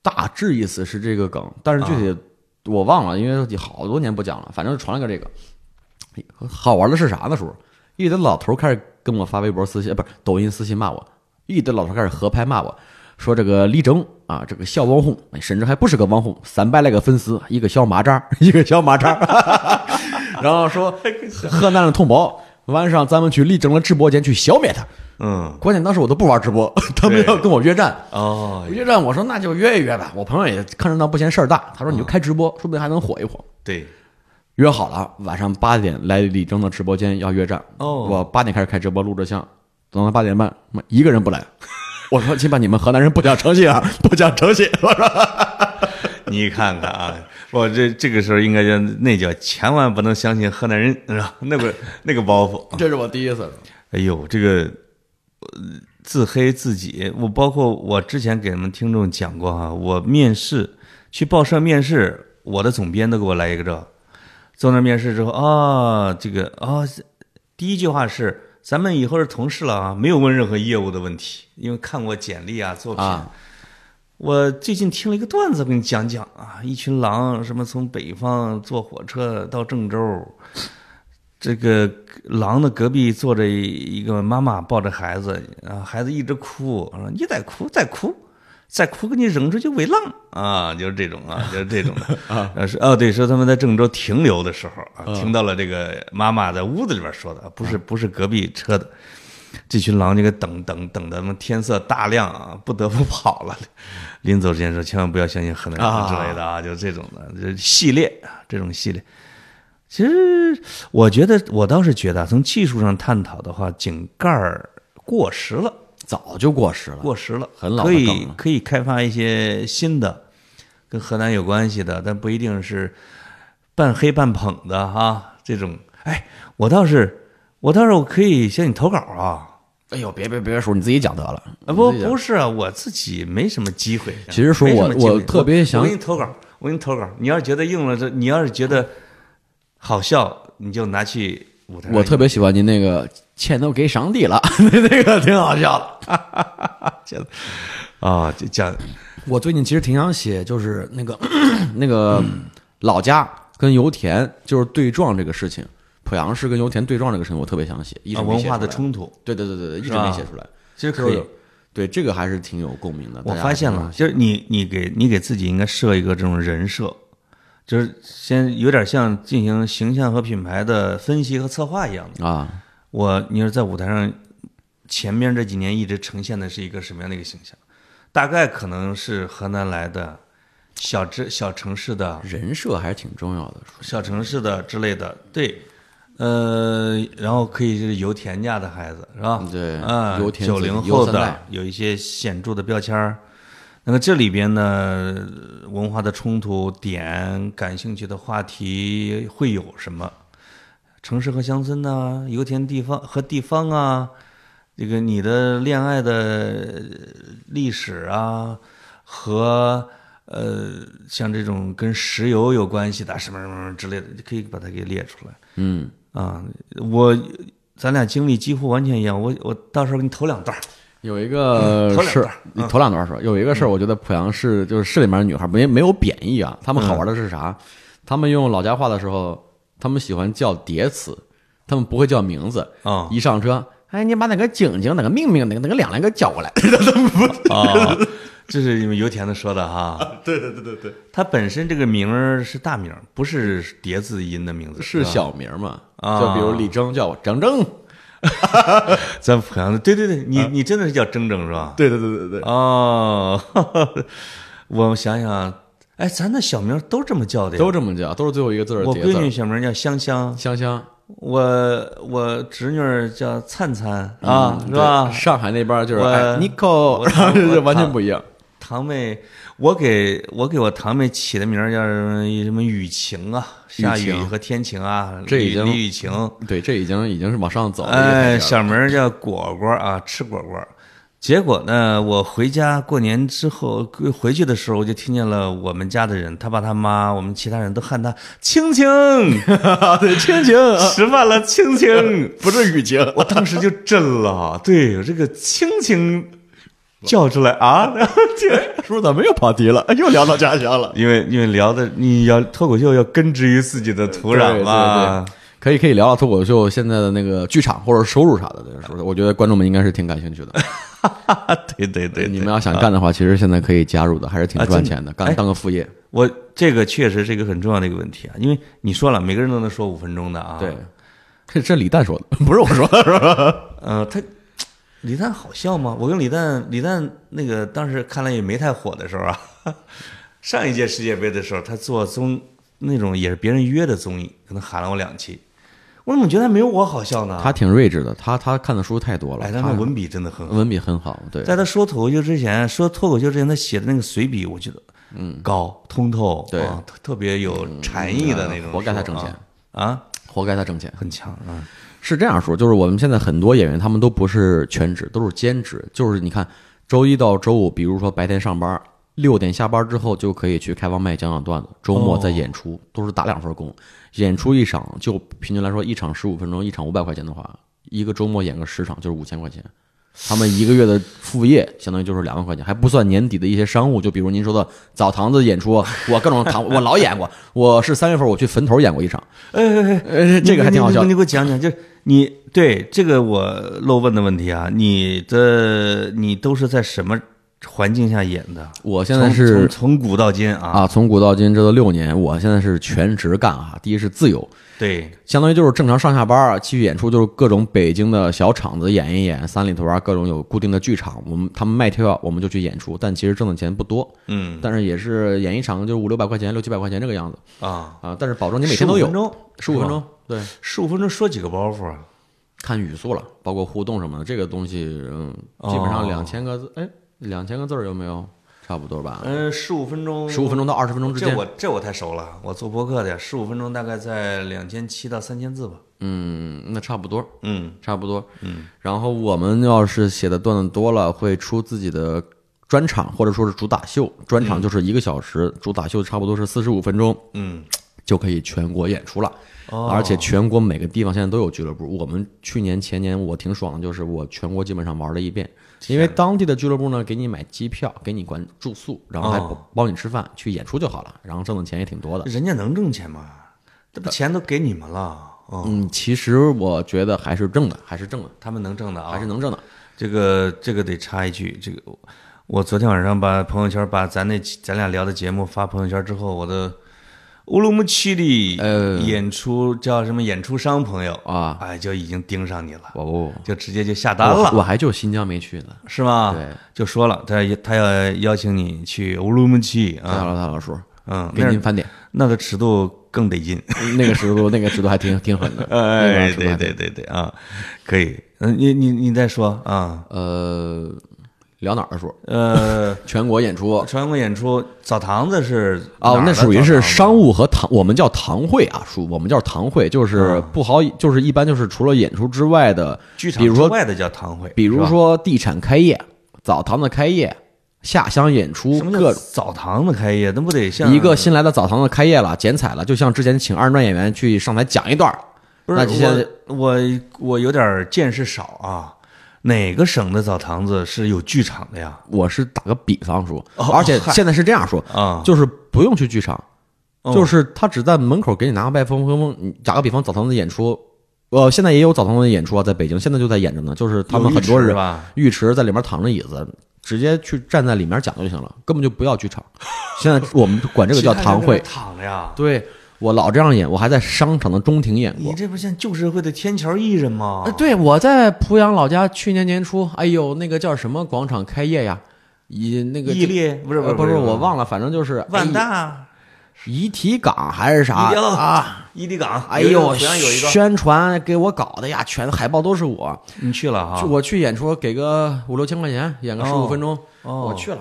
B: 大致意思是这个梗，但是具
A: 啊
B: 体我忘了，因为好多年不讲了，反正传了个这个。好玩的是啥呢，叔？一堆老头儿开始跟我发微博私信，呃不是抖音私信骂我，一堆老头儿开始合拍骂我，说这个力争啊，这个小网红，哎甚至还不是个网红，三百来个粉丝，一个小马扎儿， 一个小马扎儿， 然后说河南的同胞，晚上咱们去力争的直播间去消灭他。
A: 嗯，
B: 关键当时我都不玩直播， 他们要跟我约战。
A: 哦，
B: 约战，我说那就约一约吧。我朋友也看热闹不嫌事儿大，他说你就开直播，说不定还能火一火。
A: 对，
B: 约好了，晚上八点来李征的直播间要约战。
A: 哦
B: 我八点开始开直播，录着像，等到八点半，妈一个人不来。 我说亲吧，你们河南人不讲诚信啊， 不讲诚信。我说
A: 你看看啊，我这这个时候应该叫那叫千万不能相信河南人， 是吧？那个那个包袱，
B: 这是我第一次。
A: 哎呦，这个呃自黑自己，我包括我之前给你们听众讲过哈、我面试去报社面试，我的总编都给我来一个这，坐那儿面试之后啊、这个啊、第一句话是咱们以后是同事了啊，没有问任何业务的问题，因为看过简历啊作品。
B: 啊
A: 我最近听了一个段子，我给你讲讲啊。一群狼什么从北方坐火车到郑州，这个狼的隔壁坐着一个妈妈抱着孩子，啊，孩子一直哭，我说你再哭再哭，再哭给你扔出去喂狼啊，就是这种 啊，就是这种的啊。是哦，对，说他们在郑州停留的时候啊，听到了这个妈妈在屋子里边说的，啊不是不是隔壁车的。这群狼这个等等等的，他妈天色大亮啊，不得不跑了。临走之前说，千万不要相信河南人之类的啊，就这种的，这系列啊，这种系列。其实我觉得，我倒是觉得啊，从技术上探讨的话，井盖儿过时了，
B: 早就过时了，
A: 过时了，
B: 很老的
A: 可
B: 梗
A: 以
B: 了
A: 可以开发一些新的，跟河南有关系的，但不一定是半黑半捧的哈、这种。哎，我倒是，我倒是我可以向你投稿啊。
B: 哎呦，别别别，叔，你自己讲得了。
A: 啊不
B: 嗯你自己讲
A: 不是啊，我自己没什么机会。
B: 其实说
A: 没什
B: 我
A: 么机会
B: 我特别想
A: 我给你投稿，我给你投稿。你要是觉得用了这，你要是觉得好笑，你就拿去舞台上。
B: 我特别喜欢您那个“钱都给上帝了”， 那那个挺好笑的。
A: 啊，就讲
B: 我最近其实挺想写，就是那个那个老家跟油田就是对撞这个事情，濮阳市跟油田对撞这个事情，我特别想写，一直
A: 啊
B: 没
A: 文
B: 写
A: 化
B: 出
A: 的
B: 来
A: 冲突，
B: 对对对对对，一直
A: 是吧
B: 没写出来。
A: 其实可以
B: 就是。对这个还是挺有共鸣的。
A: 我
B: 大家
A: 发现了，就是你你给你给自己应该设一个这种人设，就是先有点像进行形象和品牌的分析和策划一样的。
B: 啊，
A: 我你说在舞台上，前面这几年一直呈现的是一个什么样的一个形象？大概可能是河南来的小之小城市的
B: 人设还是挺重要的。
A: 小城市的之类的，对，呃，然后可以是油田家的孩子是吧？
B: 对
A: 啊、
B: 油田
A: 九
B: 子
A: 零
B: 油
A: 后
B: 三代
A: 的有一些显著的标签儿。那么这里边呢，文化的冲突点、感兴趣的话题会有什么？城市和乡村呐、油田地方和地方啊，这个你的恋爱的历史啊，和呃像这种跟石油有关系的什么什么什么之类的，你可以把它给列出来。
B: 嗯，
A: 啊，我咱俩经历几乎完全一样，我我到时候给你投两段儿
B: 有一个
A: 嗯头两
B: 事
A: 段儿，嗯
B: 你头两段说，有一个事儿，我觉得濮阳市就是市里面的女孩没没有贬义啊，她们好玩的是
A: 嗯
B: 啥？她们用老家话的时候，她们喜欢叫叠词，她们不会叫名字。
A: 啊
B: 一上车，哎，你把哪个景景、哪个命命、哪个哪个两两给叫 过来。
A: 啊，这是你们油田的说的哈。
B: 啊对对对对对，
A: 它本身这个名儿是大名儿，不是叠字音的名字，
B: 是
A: 吧
B: 小名嘛？
A: 啊
B: 就比如李征叫我铮铮。
A: 咱濮阳的，对对对，你你真的是叫铮铮是吧？
B: 对对对啊对对，
A: 哦，我想想，哎，咱的小名儿都这么叫的呀。
B: 都这么叫，都是最后一个字儿
A: 我
B: 叠字
A: 闺女
B: 儿。
A: 小名儿叫香香，
B: 香香
A: 我我侄女儿叫灿灿啊，
B: 嗯
A: 是
B: 对
A: 吧？
B: 上海那边就是
A: 我
B: 哎，Nico，然后 就是完全不一样。
A: 堂妹，我给我给我堂妹起的名儿叫什么什么雨晴啊，下雨
B: 雨晴
A: 和天晴啊，
B: 这已
A: 李
B: 经
A: 李雨晴。
B: 对，这已经已经是往上走了。
A: 哎，
B: 这个台阶儿
A: 小名儿叫果果啊，吃果果。结果呢，我回家过年之后回去的时候，我就听见了我们家的人，他爸他妈，我们其他人都喊他青青，
B: 对，亲情
A: 吃饭了青 青。
B: 不是雨 晴，
A: 我当时就震了，对，这个青青叫出来啊， 这
B: 叔咋没有跑题了？ 又聊到家乡了。
A: 因为因为聊的你要脱口秀要根植于自己的土壤嘛，
B: 对对对可以可以聊聊脱口秀现在的那个剧场或者收入啥的，这个是不是？我觉得观众们应该是挺感兴趣的。
A: 对 对对，
B: 你
A: 对
B: 们要想干的话，其实现在可以加入的，还是挺
A: 啊
B: 赚
A: 真的
B: 钱的，干
A: 哎
B: 当个副业。
A: 我这个确实是一个很重要的一个问题啊，因为你说了，每个人都能说五分钟的啊。
B: 对，，这这李诞说的，不是我说的，是吧？
A: 呃，他李诞好笑吗？我跟李诞，李诞那个当时看来也没太火的时候啊， 上一届世界杯的时候，他做综那种也是别人约的综艺，可能喊了我两期，我怎么觉得他没有我好笑呢？
B: 他挺锐志的，他他看的书太多了，
A: 啊哎，
B: 他
A: 他那文笔真的很好。
B: 文笔很好，对，
A: 在他说脱口秀之前，说脱口秀之前，他写的那个随笔，我觉得，嗯，高通透，
B: 对嗯
A: 啊特特别有禅意的那种说啊，
B: 活该他挣钱
A: 啊，
B: 活该他挣钱。
A: 很强啊，
B: 是这样说，就是我们现在很多演员他们都不是全职，都是兼职。就是你看，周一到周五，比如说白天上班，六点下班之后就可以去开放麦讲讲段子，周末
A: 哦
B: 再演出，都是打两份工。演出一场就平均来说，一场十五分钟，一场五百块钱的话，一个周末演个十场就是五千块钱。他们一个月的副业相当于就是两万块钱，还不算年底的一些商务，就比如您说的澡堂子演出，我各种堂，我老演过，我是三月份我去坟头演过一场，
A: 哎
B: 呃， 这个还挺好笑
A: 你你你你给我讲讲，就是你对这个我漏问的问题啊，你的你都是在什么环境下演的？
B: 我现在
A: 从
B: 是
A: 从从古到今啊，
B: 啊，从古到今这都六年，我现在是全职干啊。第一是自由，
A: 对，
B: 相当于就是正常上下班啊，去演出就是各种北京的小场子演一演，三里屯啊各种有固定的剧场，我们他们卖票我们就去演出，但其实挣的钱不多，
A: 嗯
B: 但是也是演一场就是五六百块钱、六七百块钱这个样子
A: 啊，
B: 啊，但是保证你每天都
A: 哦
B: 有十五分，钟，对，
A: 十五分钟说几个包袱啊？
B: 看语速了，包括互动什么的，这个东西嗯，基本上
A: 哦
B: 两千个字，哎，两千个字儿有没有？差不多吧，
A: 嗯，十五分钟，
B: 啊十五分钟到二十分钟之
A: 这
B: 间
A: 我，这我太熟了，我做播客的，十五分钟大概在两千七到三千字吧。
B: 嗯，那差不多。
A: 嗯
B: 差不多。
A: 嗯，
B: 然后我们要是写的段子多了，会出自己的专场或者说是主打秀。专场就是一个小时，主打秀差不多是四十五分钟，
A: 嗯，
B: 就可以全国演出了。
A: 哦
B: 而且全国每个地方现在都有俱乐部。我们去年前年我挺爽的，就是我全国基本上玩了一遍。因为当地的俱乐部呢，给你买机票，给你管住宿，然后还
A: 哦
B: 包包你吃饭，去演出就好了，然后挣的钱也挺多的。
A: 人家能挣钱吗？这不钱都给你们了，嗯，
B: 嗯，其实我觉得还是挣的，还是挣的，
A: 他们能挣的啊，
B: 还是能挣的。
A: 这个这个得插一句，这个我昨天晚上把朋友圈把咱那咱俩聊的节目发朋友圈之后，我的乌鲁木齐
B: 呃
A: 的演出叫什么演出商朋友
B: 啊
A: 哎，就已经盯上你了，
B: 哦，
A: 就直接就下单了
B: 我，我还就新疆没去呢。
A: 是吗？
B: 对，
A: 就说了他他要邀请你去乌鲁木齐
B: 太
A: 啊，
B: 好了，太好了，叔，
A: 嗯，
B: 给
A: 那
B: 您盘点。
A: 那个尺度更得 劲，
B: 那个尺度，那个尺度还挺挺狠的。那个
A: 哎，
B: 尺度还
A: 对对对对啊，可以，嗯，你你你再说啊，
B: 呃，聊哪儿啊，叔？，
A: 呃
B: 全国演出
A: 全国演出澡堂子是
B: 哦，
A: 哪儿
B: 那
A: 的
B: 属于是
A: 澡堂子
B: 商务和堂，我们叫堂会啊，叔，我们叫堂会，就是
A: 啊
B: 不好，就是一般就是除了演出之外的，
A: 剧场
B: 比如
A: 之
B: 说
A: 外的叫堂会，
B: 比如
A: 是吧
B: 说地产开业、澡堂子开业、下乡演出，
A: 什么叫
B: 各
A: 澡堂子开业，那不得像
B: 一个新来的澡堂子开业了，剪彩了，就像之前请二人转演员去上台讲一段儿，
A: 不是
B: 那就像
A: 我我我有点见识少啊，哪个省的澡堂子是有剧场的呀？
B: 我是打个比方说，
A: 哦
B: 而且
A: 嗨
B: 现在是这样说，
A: 啊，
B: 就是不用去剧场，
A: 哦
B: 就是他只在门口给你拿个麦克风。你打个比方，澡堂子演出，呃，现在也有澡堂子演出啊，在北京现在就在演着呢。就是他们很多
A: 有浴池
B: 人
A: 吧，
B: 浴池在里面躺着椅子，直接去站在里面讲就行了，根本就不要剧场。 现在我们管这个叫
A: 其他人
B: 堂
A: 在
B: 会
A: 那。躺着呀。
B: 对我老这样演，我还在商场的中庭演
A: 你
B: 过。
A: 这不像旧社会的天桥艺人吗
B: 啊，？对，我在濮阳老家去年年初，哎呦，那个叫什么广场开业呀？以那个
A: 毅力不是
B: 呃
A: 不
B: 不
A: 是
B: 是，我忘了，反正就是
A: 万
B: 哎
A: 达、
B: 遗体岗还是啥
A: 遗体岗
B: 啊？
A: 伊犁港，
B: 哎
A: 有
B: 呦，
A: 一个濮阳有一个，
B: 宣传给我搞的呀，全海报都是我。
A: 你去了哈
B: 就？我去演出，给个五六千块钱，演个十五
A: 啊哦
B: 分钟，
A: 哦
B: 我去了。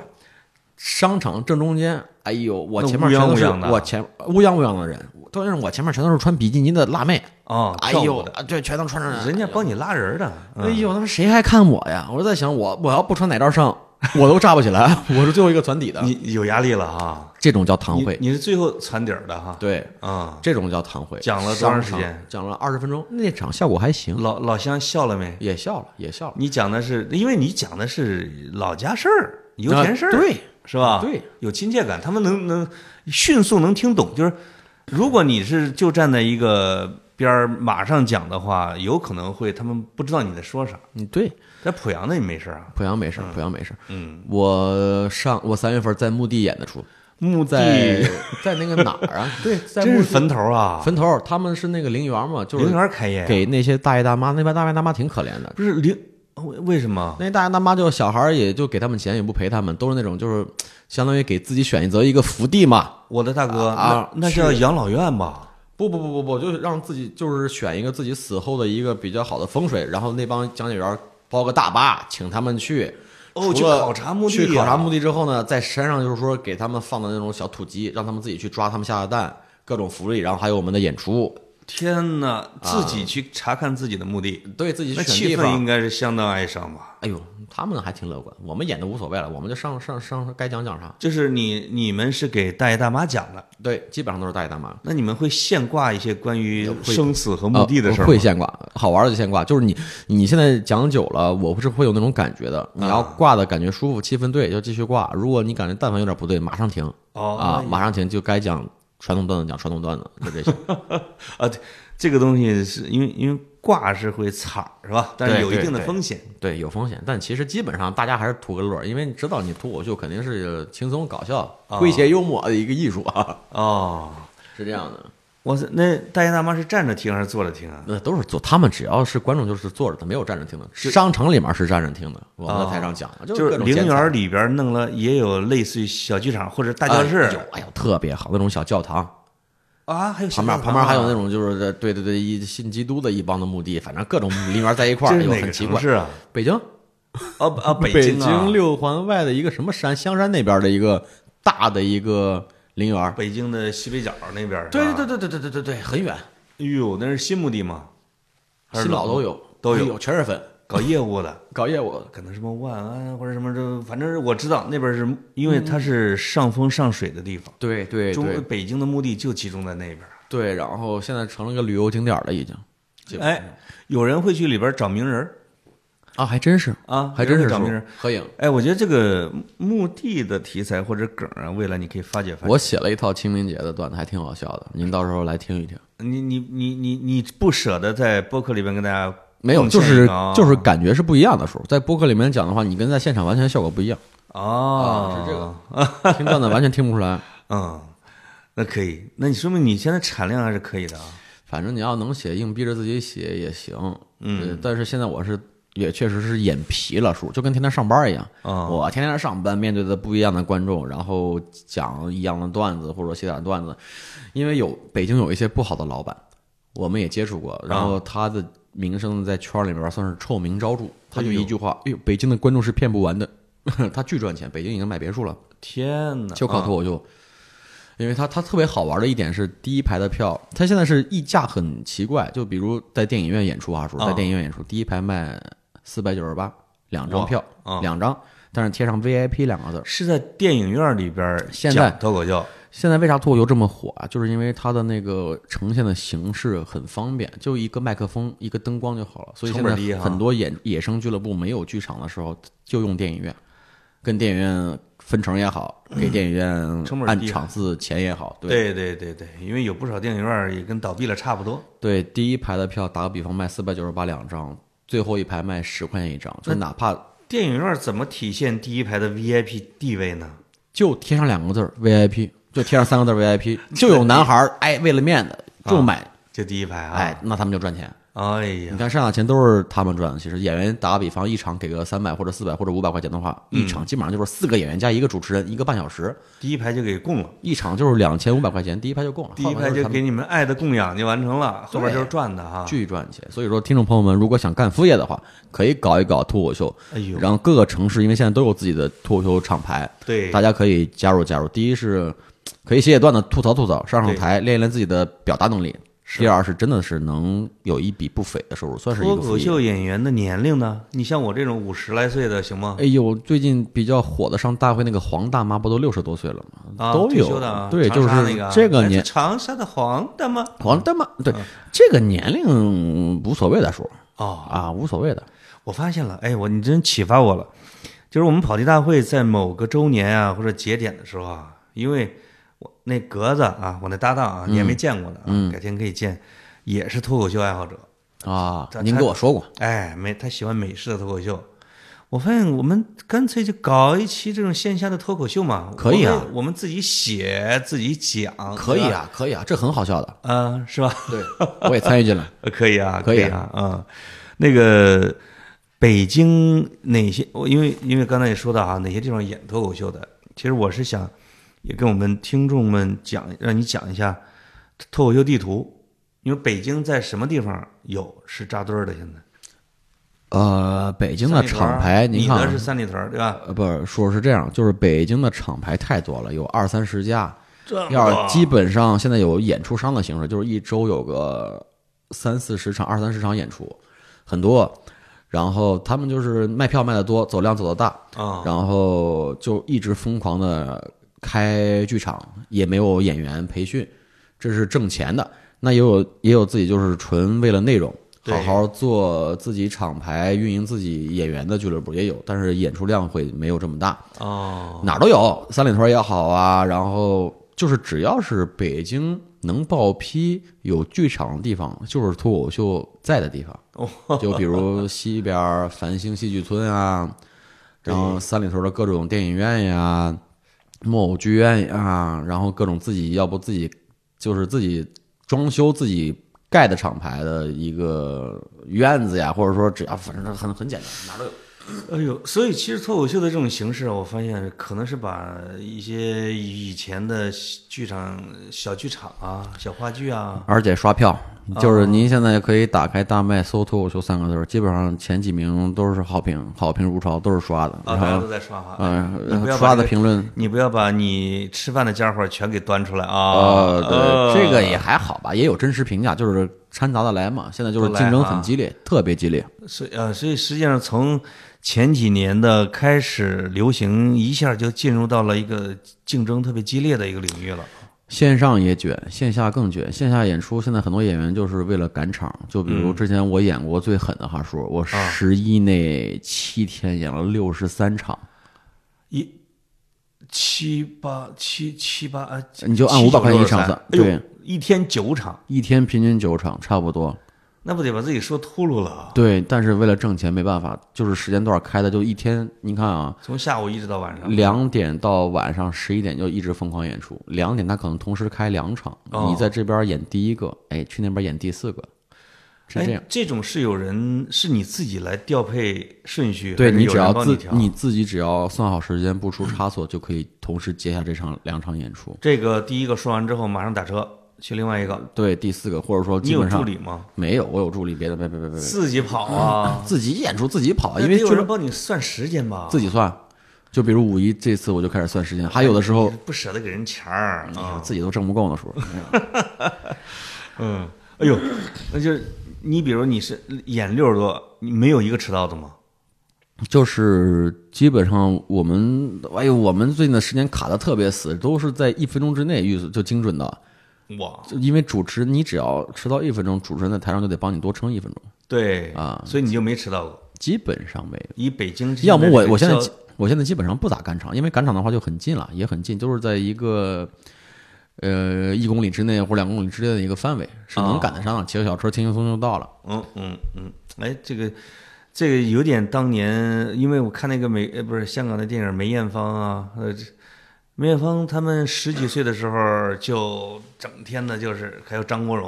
B: 商场正中间，哎呦，我
A: 那
B: 前面
A: 乌
B: 全
A: 泱
B: 都是
A: 乌泱的啊
B: 我前乌泱乌泱的人，但是我前面全都是穿比基尼的辣妹，
A: 哦，
B: 哎
A: 跳舞
B: 呦，
A: 的，
B: 啊对，全都穿上了
A: 人家帮你拉人的，嗯
B: 哎呦，当时谁还看我呀？我就在想，我我要不穿奶罩 上，我都炸不起来，我是最后一个攒底的。
A: 你有压力了哈？
B: 这种叫堂啊会，
A: 你你是最后攒底儿的哈？
B: 对，
A: 啊，
B: 这种叫堂会。
A: 讲了多长时间
B: 商场？讲了二十分钟，那场效果还行，
A: 老老乡笑了没？
B: 也笑了，也笑了。
A: 你讲的是，因为你讲的是老家事儿、油田事儿，
B: 啊对，
A: 是吧？
B: 对，
A: 有亲切感，他们能能迅速能听懂。就是如果你是就站在一个边儿马上讲的话，有可能会他们不知道你在说啥。
B: 嗯，对，
A: 在濮阳那没事啊，
B: 濮阳没事儿，濮阳没事。嗯，我上我三月份在墓地演的出，
A: 墓地
B: 在在那个哪儿 啊？对，在
A: 真
B: 墓
A: 是
B: 地
A: 坟头啊，
B: 坟头儿，他们是那个陵园嘛，就是
A: 陵园开业啊
B: 给那些大爷大妈，那帮大爷大妈挺可怜的。
A: 不是陵，为为什么？
B: 那些大爷大妈就小孩儿也就给他们钱，也不陪他们，都是那种就是相当于给自己选择一个福地嘛。
A: 我的大哥，
B: 啊
A: 那那
B: 是
A: 叫养老院吧？
B: 不不不不不，就是让自己就是选一个自己死后的一个比较好的风水，然后那帮讲解员包个大巴请他们去。
A: 哦
B: 除了
A: 去考察墓地啊
B: 去考察墓地之后呢，在山上就是说给他们放的那种小土鸡，让他们自己去抓他们下的蛋，各种福利，然后还有我们的演出，
A: 天哪，自己去查看自己的墓地，
B: 对自己
A: 那
B: 选
A: 气
B: 地
A: 氛
B: 方
A: 应。该是相当哀伤吧？
B: 哎呦，他们还挺乐观，我们演的无所谓了，我们就上上上该讲讲啥。
A: 就是你你们是给大爷大妈讲的，
B: 对，基本上都是大爷大妈。
A: 那你们会现挂一些关于生死和墓地的事儿吗？
B: 呃会现挂，好玩的就现挂。就是你你现在讲久了，我不是会有那种感觉的。你要
A: 啊
B: 挂的感觉舒服，气氛对，就继续挂。如果你感觉但凡有点不对，马上停
A: 哦
B: 啊，马上停，就该讲传统段子，讲传统段子，就这些。
A: 啊，对，这个东西是因为因为挂是会踩儿是吧？但是
B: 对
A: 有一
B: 对
A: 定的
B: 对
A: 风险。
B: 对，有风险，但其实基本上大家还是图个乐儿，因为你知道，你脱口秀肯定是轻松搞笑、
A: 啊
B: 诙谐幽默的一个艺术 啊，
A: 哦，
B: 是这样的。
A: 哇塞，那大爷大妈是站着听还是坐着听啊？
B: 那都是坐，他们只要是观众就是坐着的，没有站着听的。商场里面是站着听的，我们在台上讲，就
A: 哦就是是
B: 各种
A: 陵
B: 剪彩
A: 园里边弄了，也有类似于小剧场或者大教
B: 哎
A: 室
B: 有，哎呦，特别好那种小教堂，
A: 啊，还有小
B: 旁边
A: 教
B: 旁
A: 堂
B: 边还有
A: 啊
B: 那种就是这对对对一信基督的一帮的墓地，反正 各种陵园在一块
A: 这
B: 儿，
A: 是
B: 就
A: 哪个
B: 很奇
A: 城
B: 怪。
A: 市啊？
B: 北京，
A: 哦不啊，
B: 北
A: 京啊，
B: 六环外的一个什么山，香山那边的一个大的一个陵园。
A: 北京的西北角那边。
B: 对对，对对对对对对对，很远，
A: 哎呦，那是新墓地吗？还是
B: 新老
A: 墓
B: 都有
A: 都有
B: 有，全是坟，
A: 搞业务的，
B: 搞业务的。
A: 可能什么万安或者什么这，反正是我知道那边是因为它是上风上水的地方，
B: 对对
A: 中
B: 对
A: 北京的墓地就集中在那边。
B: 对，然后现在成了个旅游景点了，已经。基本
A: 哎，有人会去里边找名人儿
B: 啊，还真是，
A: 啊，
B: 还真
A: 有人
B: 是
A: 会找
B: 叔
A: 名人儿。
B: 合影。
A: 哎，我觉得这个墓地的题材或者梗儿啊，未来你可以发掘发掘。
B: 我写了一套清明节的段子，还挺好笑的，您到时候来听一听。
A: 你你你你你不舍得在播客里边跟大家
B: 没有，
A: 贡
B: 就
A: 献
B: 是
A: 一个啊
B: 就是感觉是不一样的时候，在播客里面讲的话，你跟在现场完全效果不一 样，
A: 哦、
B: 啊是这个听段子完全听不出来。
A: 嗯，那可以，那你说明你现在产量还是可以的啊。
B: 反正你要能写，硬逼着自己写也行。嗯，但是现在我是也确实是眼皮了，叔，就跟天天上班一样。
A: 啊
B: 我天天上班，面对的不一样的观众，然后讲一样的段子或者写点段子，因为有北京有一些不好的老板，我们也接触
A: 啊
B: 过，然后他的名声在圈里边算是臭名
A: 嗯
B: 昭著。他就一句话，哎呦，北京的观众是骗不完的， 他巨赚钱，北京已经买别墅了。
A: 天哪，
B: 就靠
A: 啊
B: 脱口秀。因为他他特别好玩的一点是，第一排的票，他现在是溢价很奇怪。就比如在电影院演出啊，叔，
A: 啊
B: 在电影院演出，第一排卖四百九十八，两张票
A: 哇啊，
B: 两张，但是贴上 VIP 两个字儿。
A: 是在电影院里边儿
B: 现在
A: 讲脱口秀，
B: 现在为啥脱口秀这么火啊？就是因为它的那个呈现的形式很方便，就一个麦克风、一个灯光就好了。所以现
A: 成
B: 在
A: 本低哈
B: 很多野野生俱乐部没有剧场的时候，就用电影院，跟电影院分成也好，给电影
A: 成
B: 院
A: 本
B: 按
A: 低啊
B: 场次钱也好，对
A: 对对对对，因为有不少电影院儿也跟倒闭了差不多。
B: 对，第一排的票打个比方卖四百九十八两张，最后一排卖十块钱一张，就哪怕
A: 电影院儿怎么体现第一排的 VIP 地位呢？
B: 就贴上两个字儿 VIP，就贴上三个字儿 VIP，就有男孩儿哎为了面子
A: 啊
B: 就买，
A: 就第一排啊！
B: 哎，那他们就赚钱。
A: 哎
B: 你
A: 呀，
B: 看剩下的钱都是他们赚的。其实演员打个比方，一场给个三百或者四百或者五百块钱的话，一
A: 嗯
B: 场基本上就是四个演员加一个主持人，一个半小时，
A: 第一排就给供了，
B: 一场就是两千五百块钱，第一排就够了。
A: 第一
B: 后面
A: 排
B: 是
A: 就
B: 他们
A: 给你们爱的供养就完成了，后边
B: 对
A: 就是赚的哈。
B: 巨赚钱。所以说，听众朋友们，如果想干副业的话，可以搞一搞脱口秀。
A: 哎呦
B: 然后各个城市，因为现在都有自己的脱口秀厂牌，
A: 对
B: 大家可以加入加入。第一是可以写写段子，吐槽吐槽，上上台练一练自己的表达能力。第二是真的是能有一笔不菲的收入，算是一
A: 脱
B: 个
A: 口
B: 副业。
A: 秀演员的年龄呢？你像我这种五十来岁的行吗
B: 哎？呦，最近比较火的上大会那个黄大妈不都六十多岁了吗？
A: 啊，
B: 都
A: 退
B: 有
A: 休的啊，
B: 对，
A: 长
B: 就
A: 沙
B: 是
A: 那个啊
B: 这个
A: 哎
B: 年
A: 是长沙的黄的吗？
B: 黄大妈，对这个年龄无所谓的说
A: 哦，
B: 啊，无所谓的。
A: 我发现了，哎，我你真启发我了。就是我们跑题大会在某个周年啊或者节点的时候
B: 嗯
A: 啊，因为我那格子啊，我那搭档啊，你还没见过呢、啊，改天可以见。也是脱口秀爱好者。
B: 啊
A: 他，
B: 您
A: 他
B: 跟我说过，
A: 哎，美他喜欢美式的脱口秀。我发现我们干脆就搞一期这种线下的脱口秀嘛，
B: 可以啊
A: 我们，我们自己写自己讲，
B: 可以
A: 是吧，
B: 啊，可以啊，这很好笑的，
A: 啊、是吧？
B: 对，我也参与进来。
A: 呃可以啊，
B: 可以
A: 以啊，嗯，那个北京哪些？我因为因为刚才也说到啊，哪些地方演脱口秀的？其实我是想也跟我们听众们讲，让你讲一下脱口秀地图。因为北京在什么地方有是扎堆儿的？现在
B: 呃，北京的
A: 三里屯儿
B: 厂牌，
A: 你
B: 您
A: 的
B: 看啊
A: 是，三里屯儿对吧？
B: 呃，不是说是这样，就是北京的厂牌太多了，有二三十家，
A: 这么
B: 要
A: 多啊
B: 是基本上现在有演出商的形式，就是一周有个三四十场、二三十场演出，很多。然后他们就是卖票卖的多，走量走的大，
A: 啊，
B: 然后就一直疯狂的开剧场，也没有演员培训，这是挣钱的。那也有也有自己就是纯为了内容，
A: 对
B: 好好做自己厂牌、运营自己演员的俱乐部也有，但是演出量会没有这么大。
A: 哦，
B: 哪儿都有，三里屯也好啊，然后就是只要是北京能报批有剧场的地方，就是脱口秀在的地方。就比如西边儿繁星戏剧村啊，然后三里屯的各种电影院呀、木偶剧院呀，然后各种自己要不自己就是自己装修自己。盖的厂牌的一个院子呀，或者说只要反正很很简单，哪儿都有。
A: 哎呦，所以其实脱口秀的这种形式啊，我发现可能是把一些以前的剧场、小剧场啊、小话剧啊，
B: 而且刷票，
A: 哦
B: 就是您现在可以打开大麦搜“脱口秀”三个字儿，基本上前几名都是好评，好评如潮，都是刷的。
A: 啊，
B: 然
A: 大家
B: 后
A: 都，在刷哈。
B: 嗯、
A: 你不要把
B: 刷的
A: 这个
B: 评论，
A: 你不要把你吃饭的家伙全给端出来啊！
B: 呃，
A: 呃
B: 对，这个也还好吧，也有真实评价，就是掺杂的来嘛。现在就是竞
A: 啊
B: 争很激烈，特别激烈。
A: 所以呃，所以实际上从前几年的开始流行，一下就进入到了一个竞争特别激烈的一个领域了。
B: 线上也卷，线下更卷。线下演出现在很多演员就是为了赶场，就比如之前我演过最狠的哈叔，我
A: 啊
B: 十一那七天演了六十三场，
A: 一七八七七八啊，
B: 你就按500块钱一场算
A: 哎呦
B: 对，
A: 一天九场，
B: 一天平均九场，差不多。
A: 那不得把自己说秃噜了？啊
B: 对，但是为了挣钱没办法，就是时间段开的就一天，你看啊，
A: 从下午一直到晚上，
B: 两点到晚上十一点就一直疯狂演出，两点他可能同时开两场，
A: 哦
B: 你在这边演第一个，哎，去那边演第四个，是这样。
A: 哎，这种是有人是你自己来调配顺序，
B: 对
A: 还是
B: 你
A: 有
B: 只
A: 人
B: 要
A: 帮
B: 自
A: 调
B: 你自己只要算好时间，不出差错，就可以同时接下这场两场演出。
A: 这个第一个说完之后，马上打车去另外一个。
B: 对，第四个或者说
A: 你
B: 基
A: 有
B: 本
A: 助
B: 上
A: 理吗？
B: 没有，我有助理，别的别别别别别，
A: 自己跑啊，
B: 自己演出自己啊跑，因
A: 那
B: 为
A: 得
B: 就
A: 有人
B: 是
A: 帮你算时间吧。
B: 自己算。就比如五一这次我就开始算时间，还有的时候哎
A: 不舍得给人钱儿啊。
B: 自己都挣不够呢，叔。
A: 嗯，哎呦，那就是你，比如你是演六十多，你没有一个迟到的吗？
B: 就是基本上我们，哎呦，我们最近的时间卡的特别死，都是在一分钟之内预就精准的，
A: 哇，
B: 就因为主持你只要迟到一分钟，主持人在台上就得帮你多撑一分钟，
A: 对
B: 啊
A: 所以你就没迟到过。
B: 基本上没有。
A: 以北京，
B: 要么我我现在
A: 交
B: 我现在基本上不咋赶场，因为赶场的话就很近了，也很近，就是在一个。呃，一公里之内或者两公里之内的一个范围是能赶得上的，骑个小车轻轻松松就到了。
A: 嗯嗯嗯，哎，这个这个有点当年，因为我看那个美呃不是香港的电影梅艳芳啊，呃，这梅艳芳他们十几岁的时候就整天的就是，还有张国荣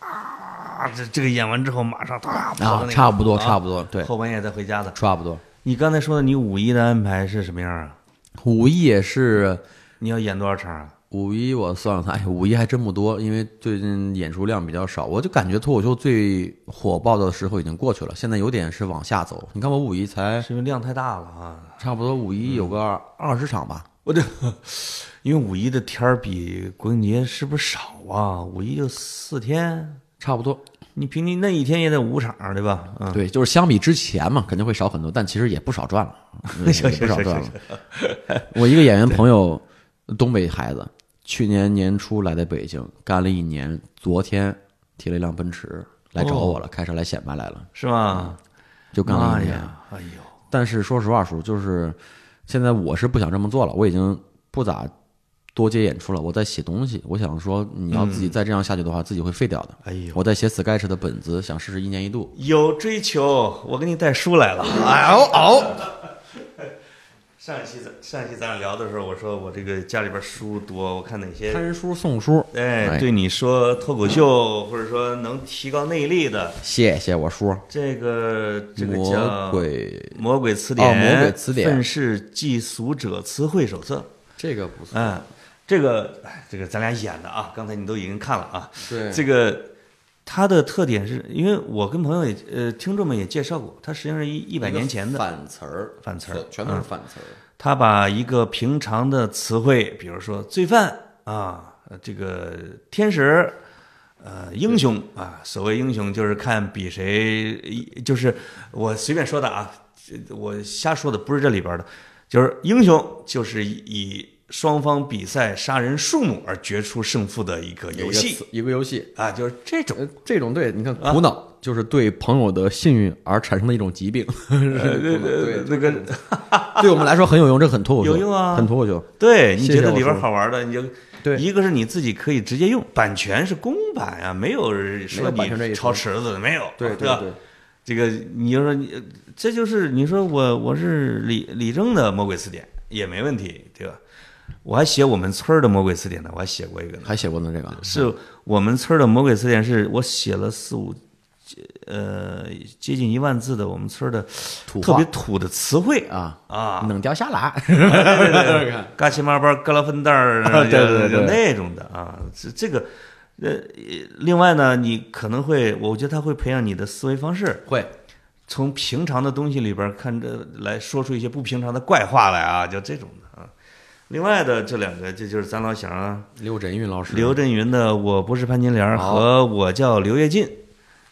A: 啊，这这个演完之后马上哒跑到那
B: 啊，
A: 个
B: 差不多，差
A: 不
B: 不多，对，
A: 后半夜再回家的。
B: 差不多。
A: 你刚才说的你五一的安排是什么样啊？
B: 五一也是
A: 你要演多少场啊？
B: 五一我算了算，哎，五一还真不多，因为最近演出量比较少。我就感觉脱口秀最火爆的时候已经过去了，现在有点是往下走。你看我五一才
A: 是因为量太大了啊！
B: 差不多，五一有个二十场吧。
A: 我这因为五一的天儿比国庆节是不是少啊？五一就四天，
B: 差不多，
A: 你平均那一天也得五场，对吧？嗯，
B: 对，就是相比之前嘛，肯定会少很多，但其实也不少赚了， 嗯也不少赚了。我一个演员朋友，东北孩子，去年年初来的北京，干了一年，昨天提了一辆奔驰来找我了，开车来显摆来了，
A: 是吗？
B: 就干了
A: 妈
B: 一年。
A: 呀，哎呦，
B: 但是说实话，叔，就是现在我是不想这么做了，我已经不咋多接演出了，我在写东西。我想说，你要自己再这样下去的话，自己会废掉的。
A: 哎呦
B: 我在写 sketch 的本子，想试试一年一度。
A: 有追求，我给你带书来了。哎呦，哦。上一期咱上一期咱俩聊的时候，我说我这个家里边书多，我看哪些
B: 看书送书，
A: 哎，对你说脱口秀，或者说能提高内力的，
B: 谢谢我叔。
A: 这个这个
B: 魔
A: 叫《
B: 鬼
A: 魔鬼词典》
B: 哦魔鬼词典
A: 愤世嫉俗者词汇手册》。
B: 这个不错，
A: 嗯，这个哎这个咱俩演的啊，刚才你都已经看了啊。
B: 对
A: 这个它的特点是因为我跟朋友也呃听众们也介绍过，它实际上是一一百年前的，
B: 反词儿，
A: 反词儿嗯
B: 全都是反词儿。
A: 他把一个平常的词汇，比如说罪犯啊，呃这个天使。呃，英雄
B: 嗯
A: 啊，所谓英雄就是看比谁，就是我随便说的啊，这我瞎说的，不是这里边的，就是英雄就是以双方比赛杀人数目而决出胜负的一个游
B: 一个
A: 戏
B: 词一个游戏，
A: 啊，就是这种。
B: 呃，这种对，你看苦恼、就是对朋友的幸运而产生的一 种疾病，
A: 呃，对
B: 对
A: 对，那个
B: 对我们来说很有用，这很脱口秀，
A: 有用啊
B: 很脱口秀。
A: 对，你
B: 谢
A: 觉
B: 谢
A: 得
B: 我
A: 里边
B: 叔
A: 好玩的，你就
B: 对
A: 一个是你自己可以直接用，版权是公版啊，没有人说
B: 没有版权这一
A: 你抄
B: 说
A: 池子的，没有，
B: 对
A: 对吧
B: 对，
A: 这个你就说你，这就是你说我我是李李征的《魔鬼词典》也没问题，对吧？我还写我们村儿的《魔鬼词典》呢，我还写过一个呢，
B: 还写过呢，这个
A: 是我们村儿的《魔鬼词典》，是我写了四五。呃，接近一万字的我们村儿的
B: 土
A: 特
B: 话
A: 别土的词汇
B: 啊
A: 啊，
B: 能掉下来，
A: 嘎七麻包、嘎拉芬蛋儿，
B: 啊对对对
A: 就那种的啊。这这个，呃，另外呢，你可能会，我觉得他会培养你的思维方式，
B: 会
A: 从平常的东西里边儿看着来说出一些不平常的怪话来啊，就这种的啊。另外的这两个，这就是咱老想啊，
B: 刘震云老师，
A: 刘震云的《我不是潘金莲》和我叫刘跃进，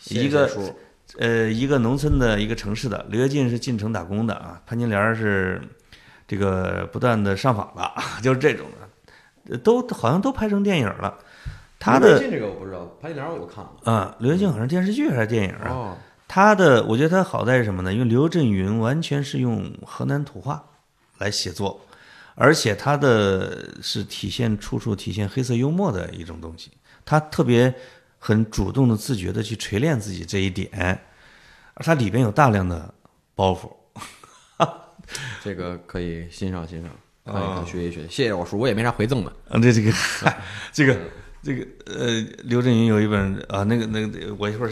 B: 谢谢
A: 一个
B: 叔
A: 呃，一个农村的，一个城市的。刘跃进是进城打工的啊，潘金莲是这个不断的上访了， 就是这种的，呃都好像都拍成电影了。他
B: 刘震
A: 的
B: 云这个我不知道，潘金莲我看了
A: 啊、刘跃进好像电视剧还是电影啊。
B: 哦，
A: 他的我觉得他好在是什么呢？因为刘震云完全是用河南土话来写作，而且他的是体现处处体现黑色幽默的一种东西。他特别很主动的、自觉的去锤炼自己这一点，而它里边有大量的包袱。
B: 这个可以欣赏欣赏，看一看学一学。谢谢我叔，我也没啥回赠的，
A: 啊，这这个 这个这个呃，刘震云有一本啊，那个那个，我一会儿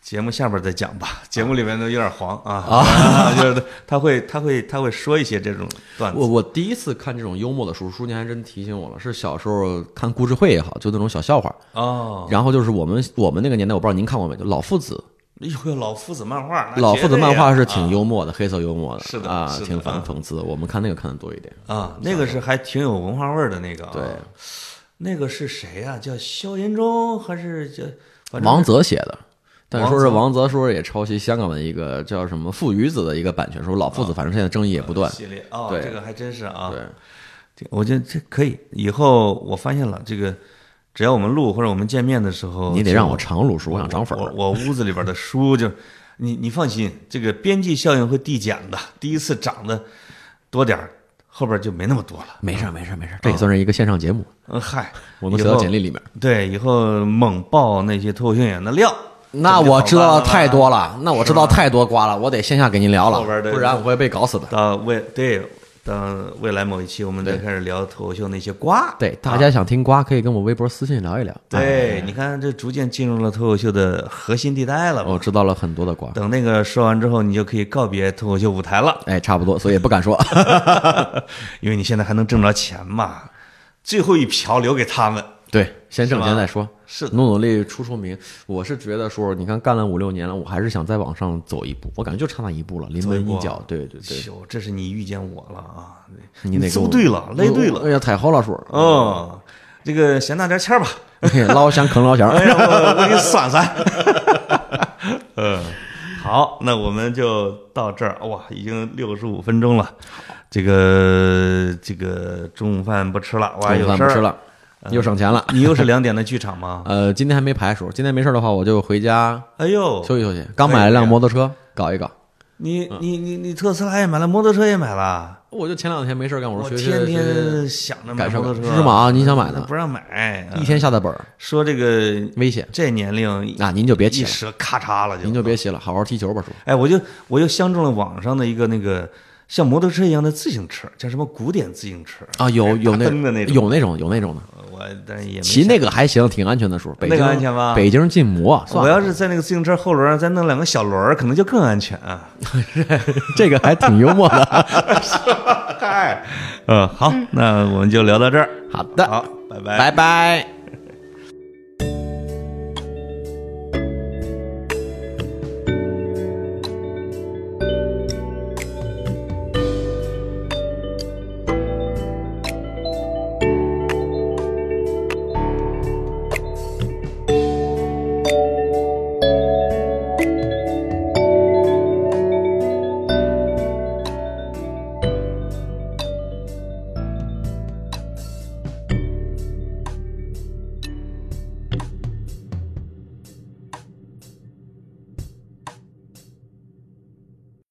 A: 节目下边再讲吧。节目里面都有点黄啊，啊 就是他会他会他会说一些这种段子。
B: 我我第一次看这种幽默的书，书您还真提醒我了，是小时候看故事会也好，就那种小笑话。
A: 哦，
B: 然后就是我们我们那个年代，我不知道您看过没，就老夫子，
A: 哎呦，老夫子漫画，那
B: 老
A: 啊绝
B: 夫子
A: 对
B: 漫
A: 呀啊
B: 画是挺幽默的，黑色幽默的，
A: 是的
B: 啊
A: 是，的
B: 挺反
A: 啊
B: 讽刺的。我们看那个看的多一点，
A: 啊，那个是还挺有文化味儿的那个、啊。
B: 对，
A: 那个是谁呀、叫萧炎中还是叫反正
B: 王泽写的。但是说是
A: 王泽
B: 王泽说是也抄袭香港的一个叫什么《父与子》的一个版权，说老夫子，反正现在争议也不断。
A: 系列哦，
B: 对
A: 这个还真是啊。
B: 对，
A: 这我觉得这可以。以后我发现了，这个只要我们录或者我们见面的时候，
B: 你得
A: 就
B: 让我尝卤熟，我想尝粉
A: 我
B: 儿。
A: 我屋子里边的书就，你你放心，这个边际效应会递减的。第一次涨的多点儿，后边就没那么多了。
B: 没事儿没事儿没事
A: 啊
B: 儿，这也算是一个线上节目，
A: 嗯，嗨，
B: 我能写
A: 以
B: 到
A: 后
B: 简历里面。
A: 对，以后猛爆那些脱口秀演员的料。
B: 那
A: 这就
B: 我
A: 好
B: 知道
A: 办了
B: 太多了，那我知道太多瓜了，我得线下给您聊了
A: 后边，的
B: 不然我会被搞死的。
A: 到未对，到未来某一期，我们再开始聊脱口秀那些瓜。
B: 对，大家想听瓜可以跟我微博私信聊一聊。
A: 对，你看这逐渐进入了脱口秀的核心地带了
B: 哎，
A: 嘛。
B: 我知道了很多的瓜，
A: 等那个说完之后，你就可以告别脱口秀舞台 了，
B: 哎，差不多，所以也不敢 说。
A: 因为你现在还能挣着钱嘛。最后一瓢留给他们。
B: 对，先挣
A: 是
B: 钱
A: 吧
B: 再说，
A: 是的
B: 努努力出出名。我是觉得说，你看干了五六年了，我还是想再往上走一步，我感觉就差那一步了，临
A: 走一
B: 门
A: 步
B: 一
A: 啊
B: 脚。对对嗯对，
A: 哟，这是你遇见我了啊！
B: 你得给
A: 走
B: 我
A: 对了，来对
B: 哎
A: 了。
B: 呀，太好了，嗯叔，
A: 哦，这个先拿点钱儿吧，
B: 嘿捞香啃捞香。
A: 哎呀，我我给你算算。 嗯，好，那我们就到这儿。哇，已经六十五分钟了。这个这个中午饭不吃了，哇，
B: 中午
A: 有
B: 饭
A: 事
B: 不吃
A: 儿。
B: 了，又省钱了。
A: 你又是两点的剧场吗？
B: 呃，今天还没排数，今天没事儿的话，我就回家
A: 哎呦，
B: 休息休息。刚买了辆摩托车，搞一搞。
A: 你你你你特斯拉也买了，摩托车也买了，
B: 我就前两天没事干，我
A: 我
B: 说学
A: 天
B: 学学
A: 天想着买
B: 改车
A: 摩托
B: 改车，
A: 车，
B: 是吗？你想买呢？
A: 不让买，嗯
B: 一天下的本儿，
A: 说这个
B: 危险
A: 这年龄
B: 啊！您就别骑
A: 一啊
B: 了，
A: 舌咔嚓了就
B: 您，就别骑了，好好踢球吧，叔。
A: 哎，我就我就相中了网上的一个那个像摩托车一样的自行车，叫什么古典自行车
B: 啊，有有
A: 大灯的那种
B: 有那种有那种的，
A: 我但是也没
B: 骑那个还行，挺安全的，叔。北京
A: 那个安全吗
B: 北京禁摩，
A: 想。
B: 算
A: 我
B: 了
A: 要是在那个自行车后轮上再弄两个小轮儿，可能就更安全啊！
B: 这个还挺幽默的。
A: 嗯嗨，嗯，好，那我们就聊到这儿。
B: 好的，
A: 好，拜拜。哎
B: 拜拜。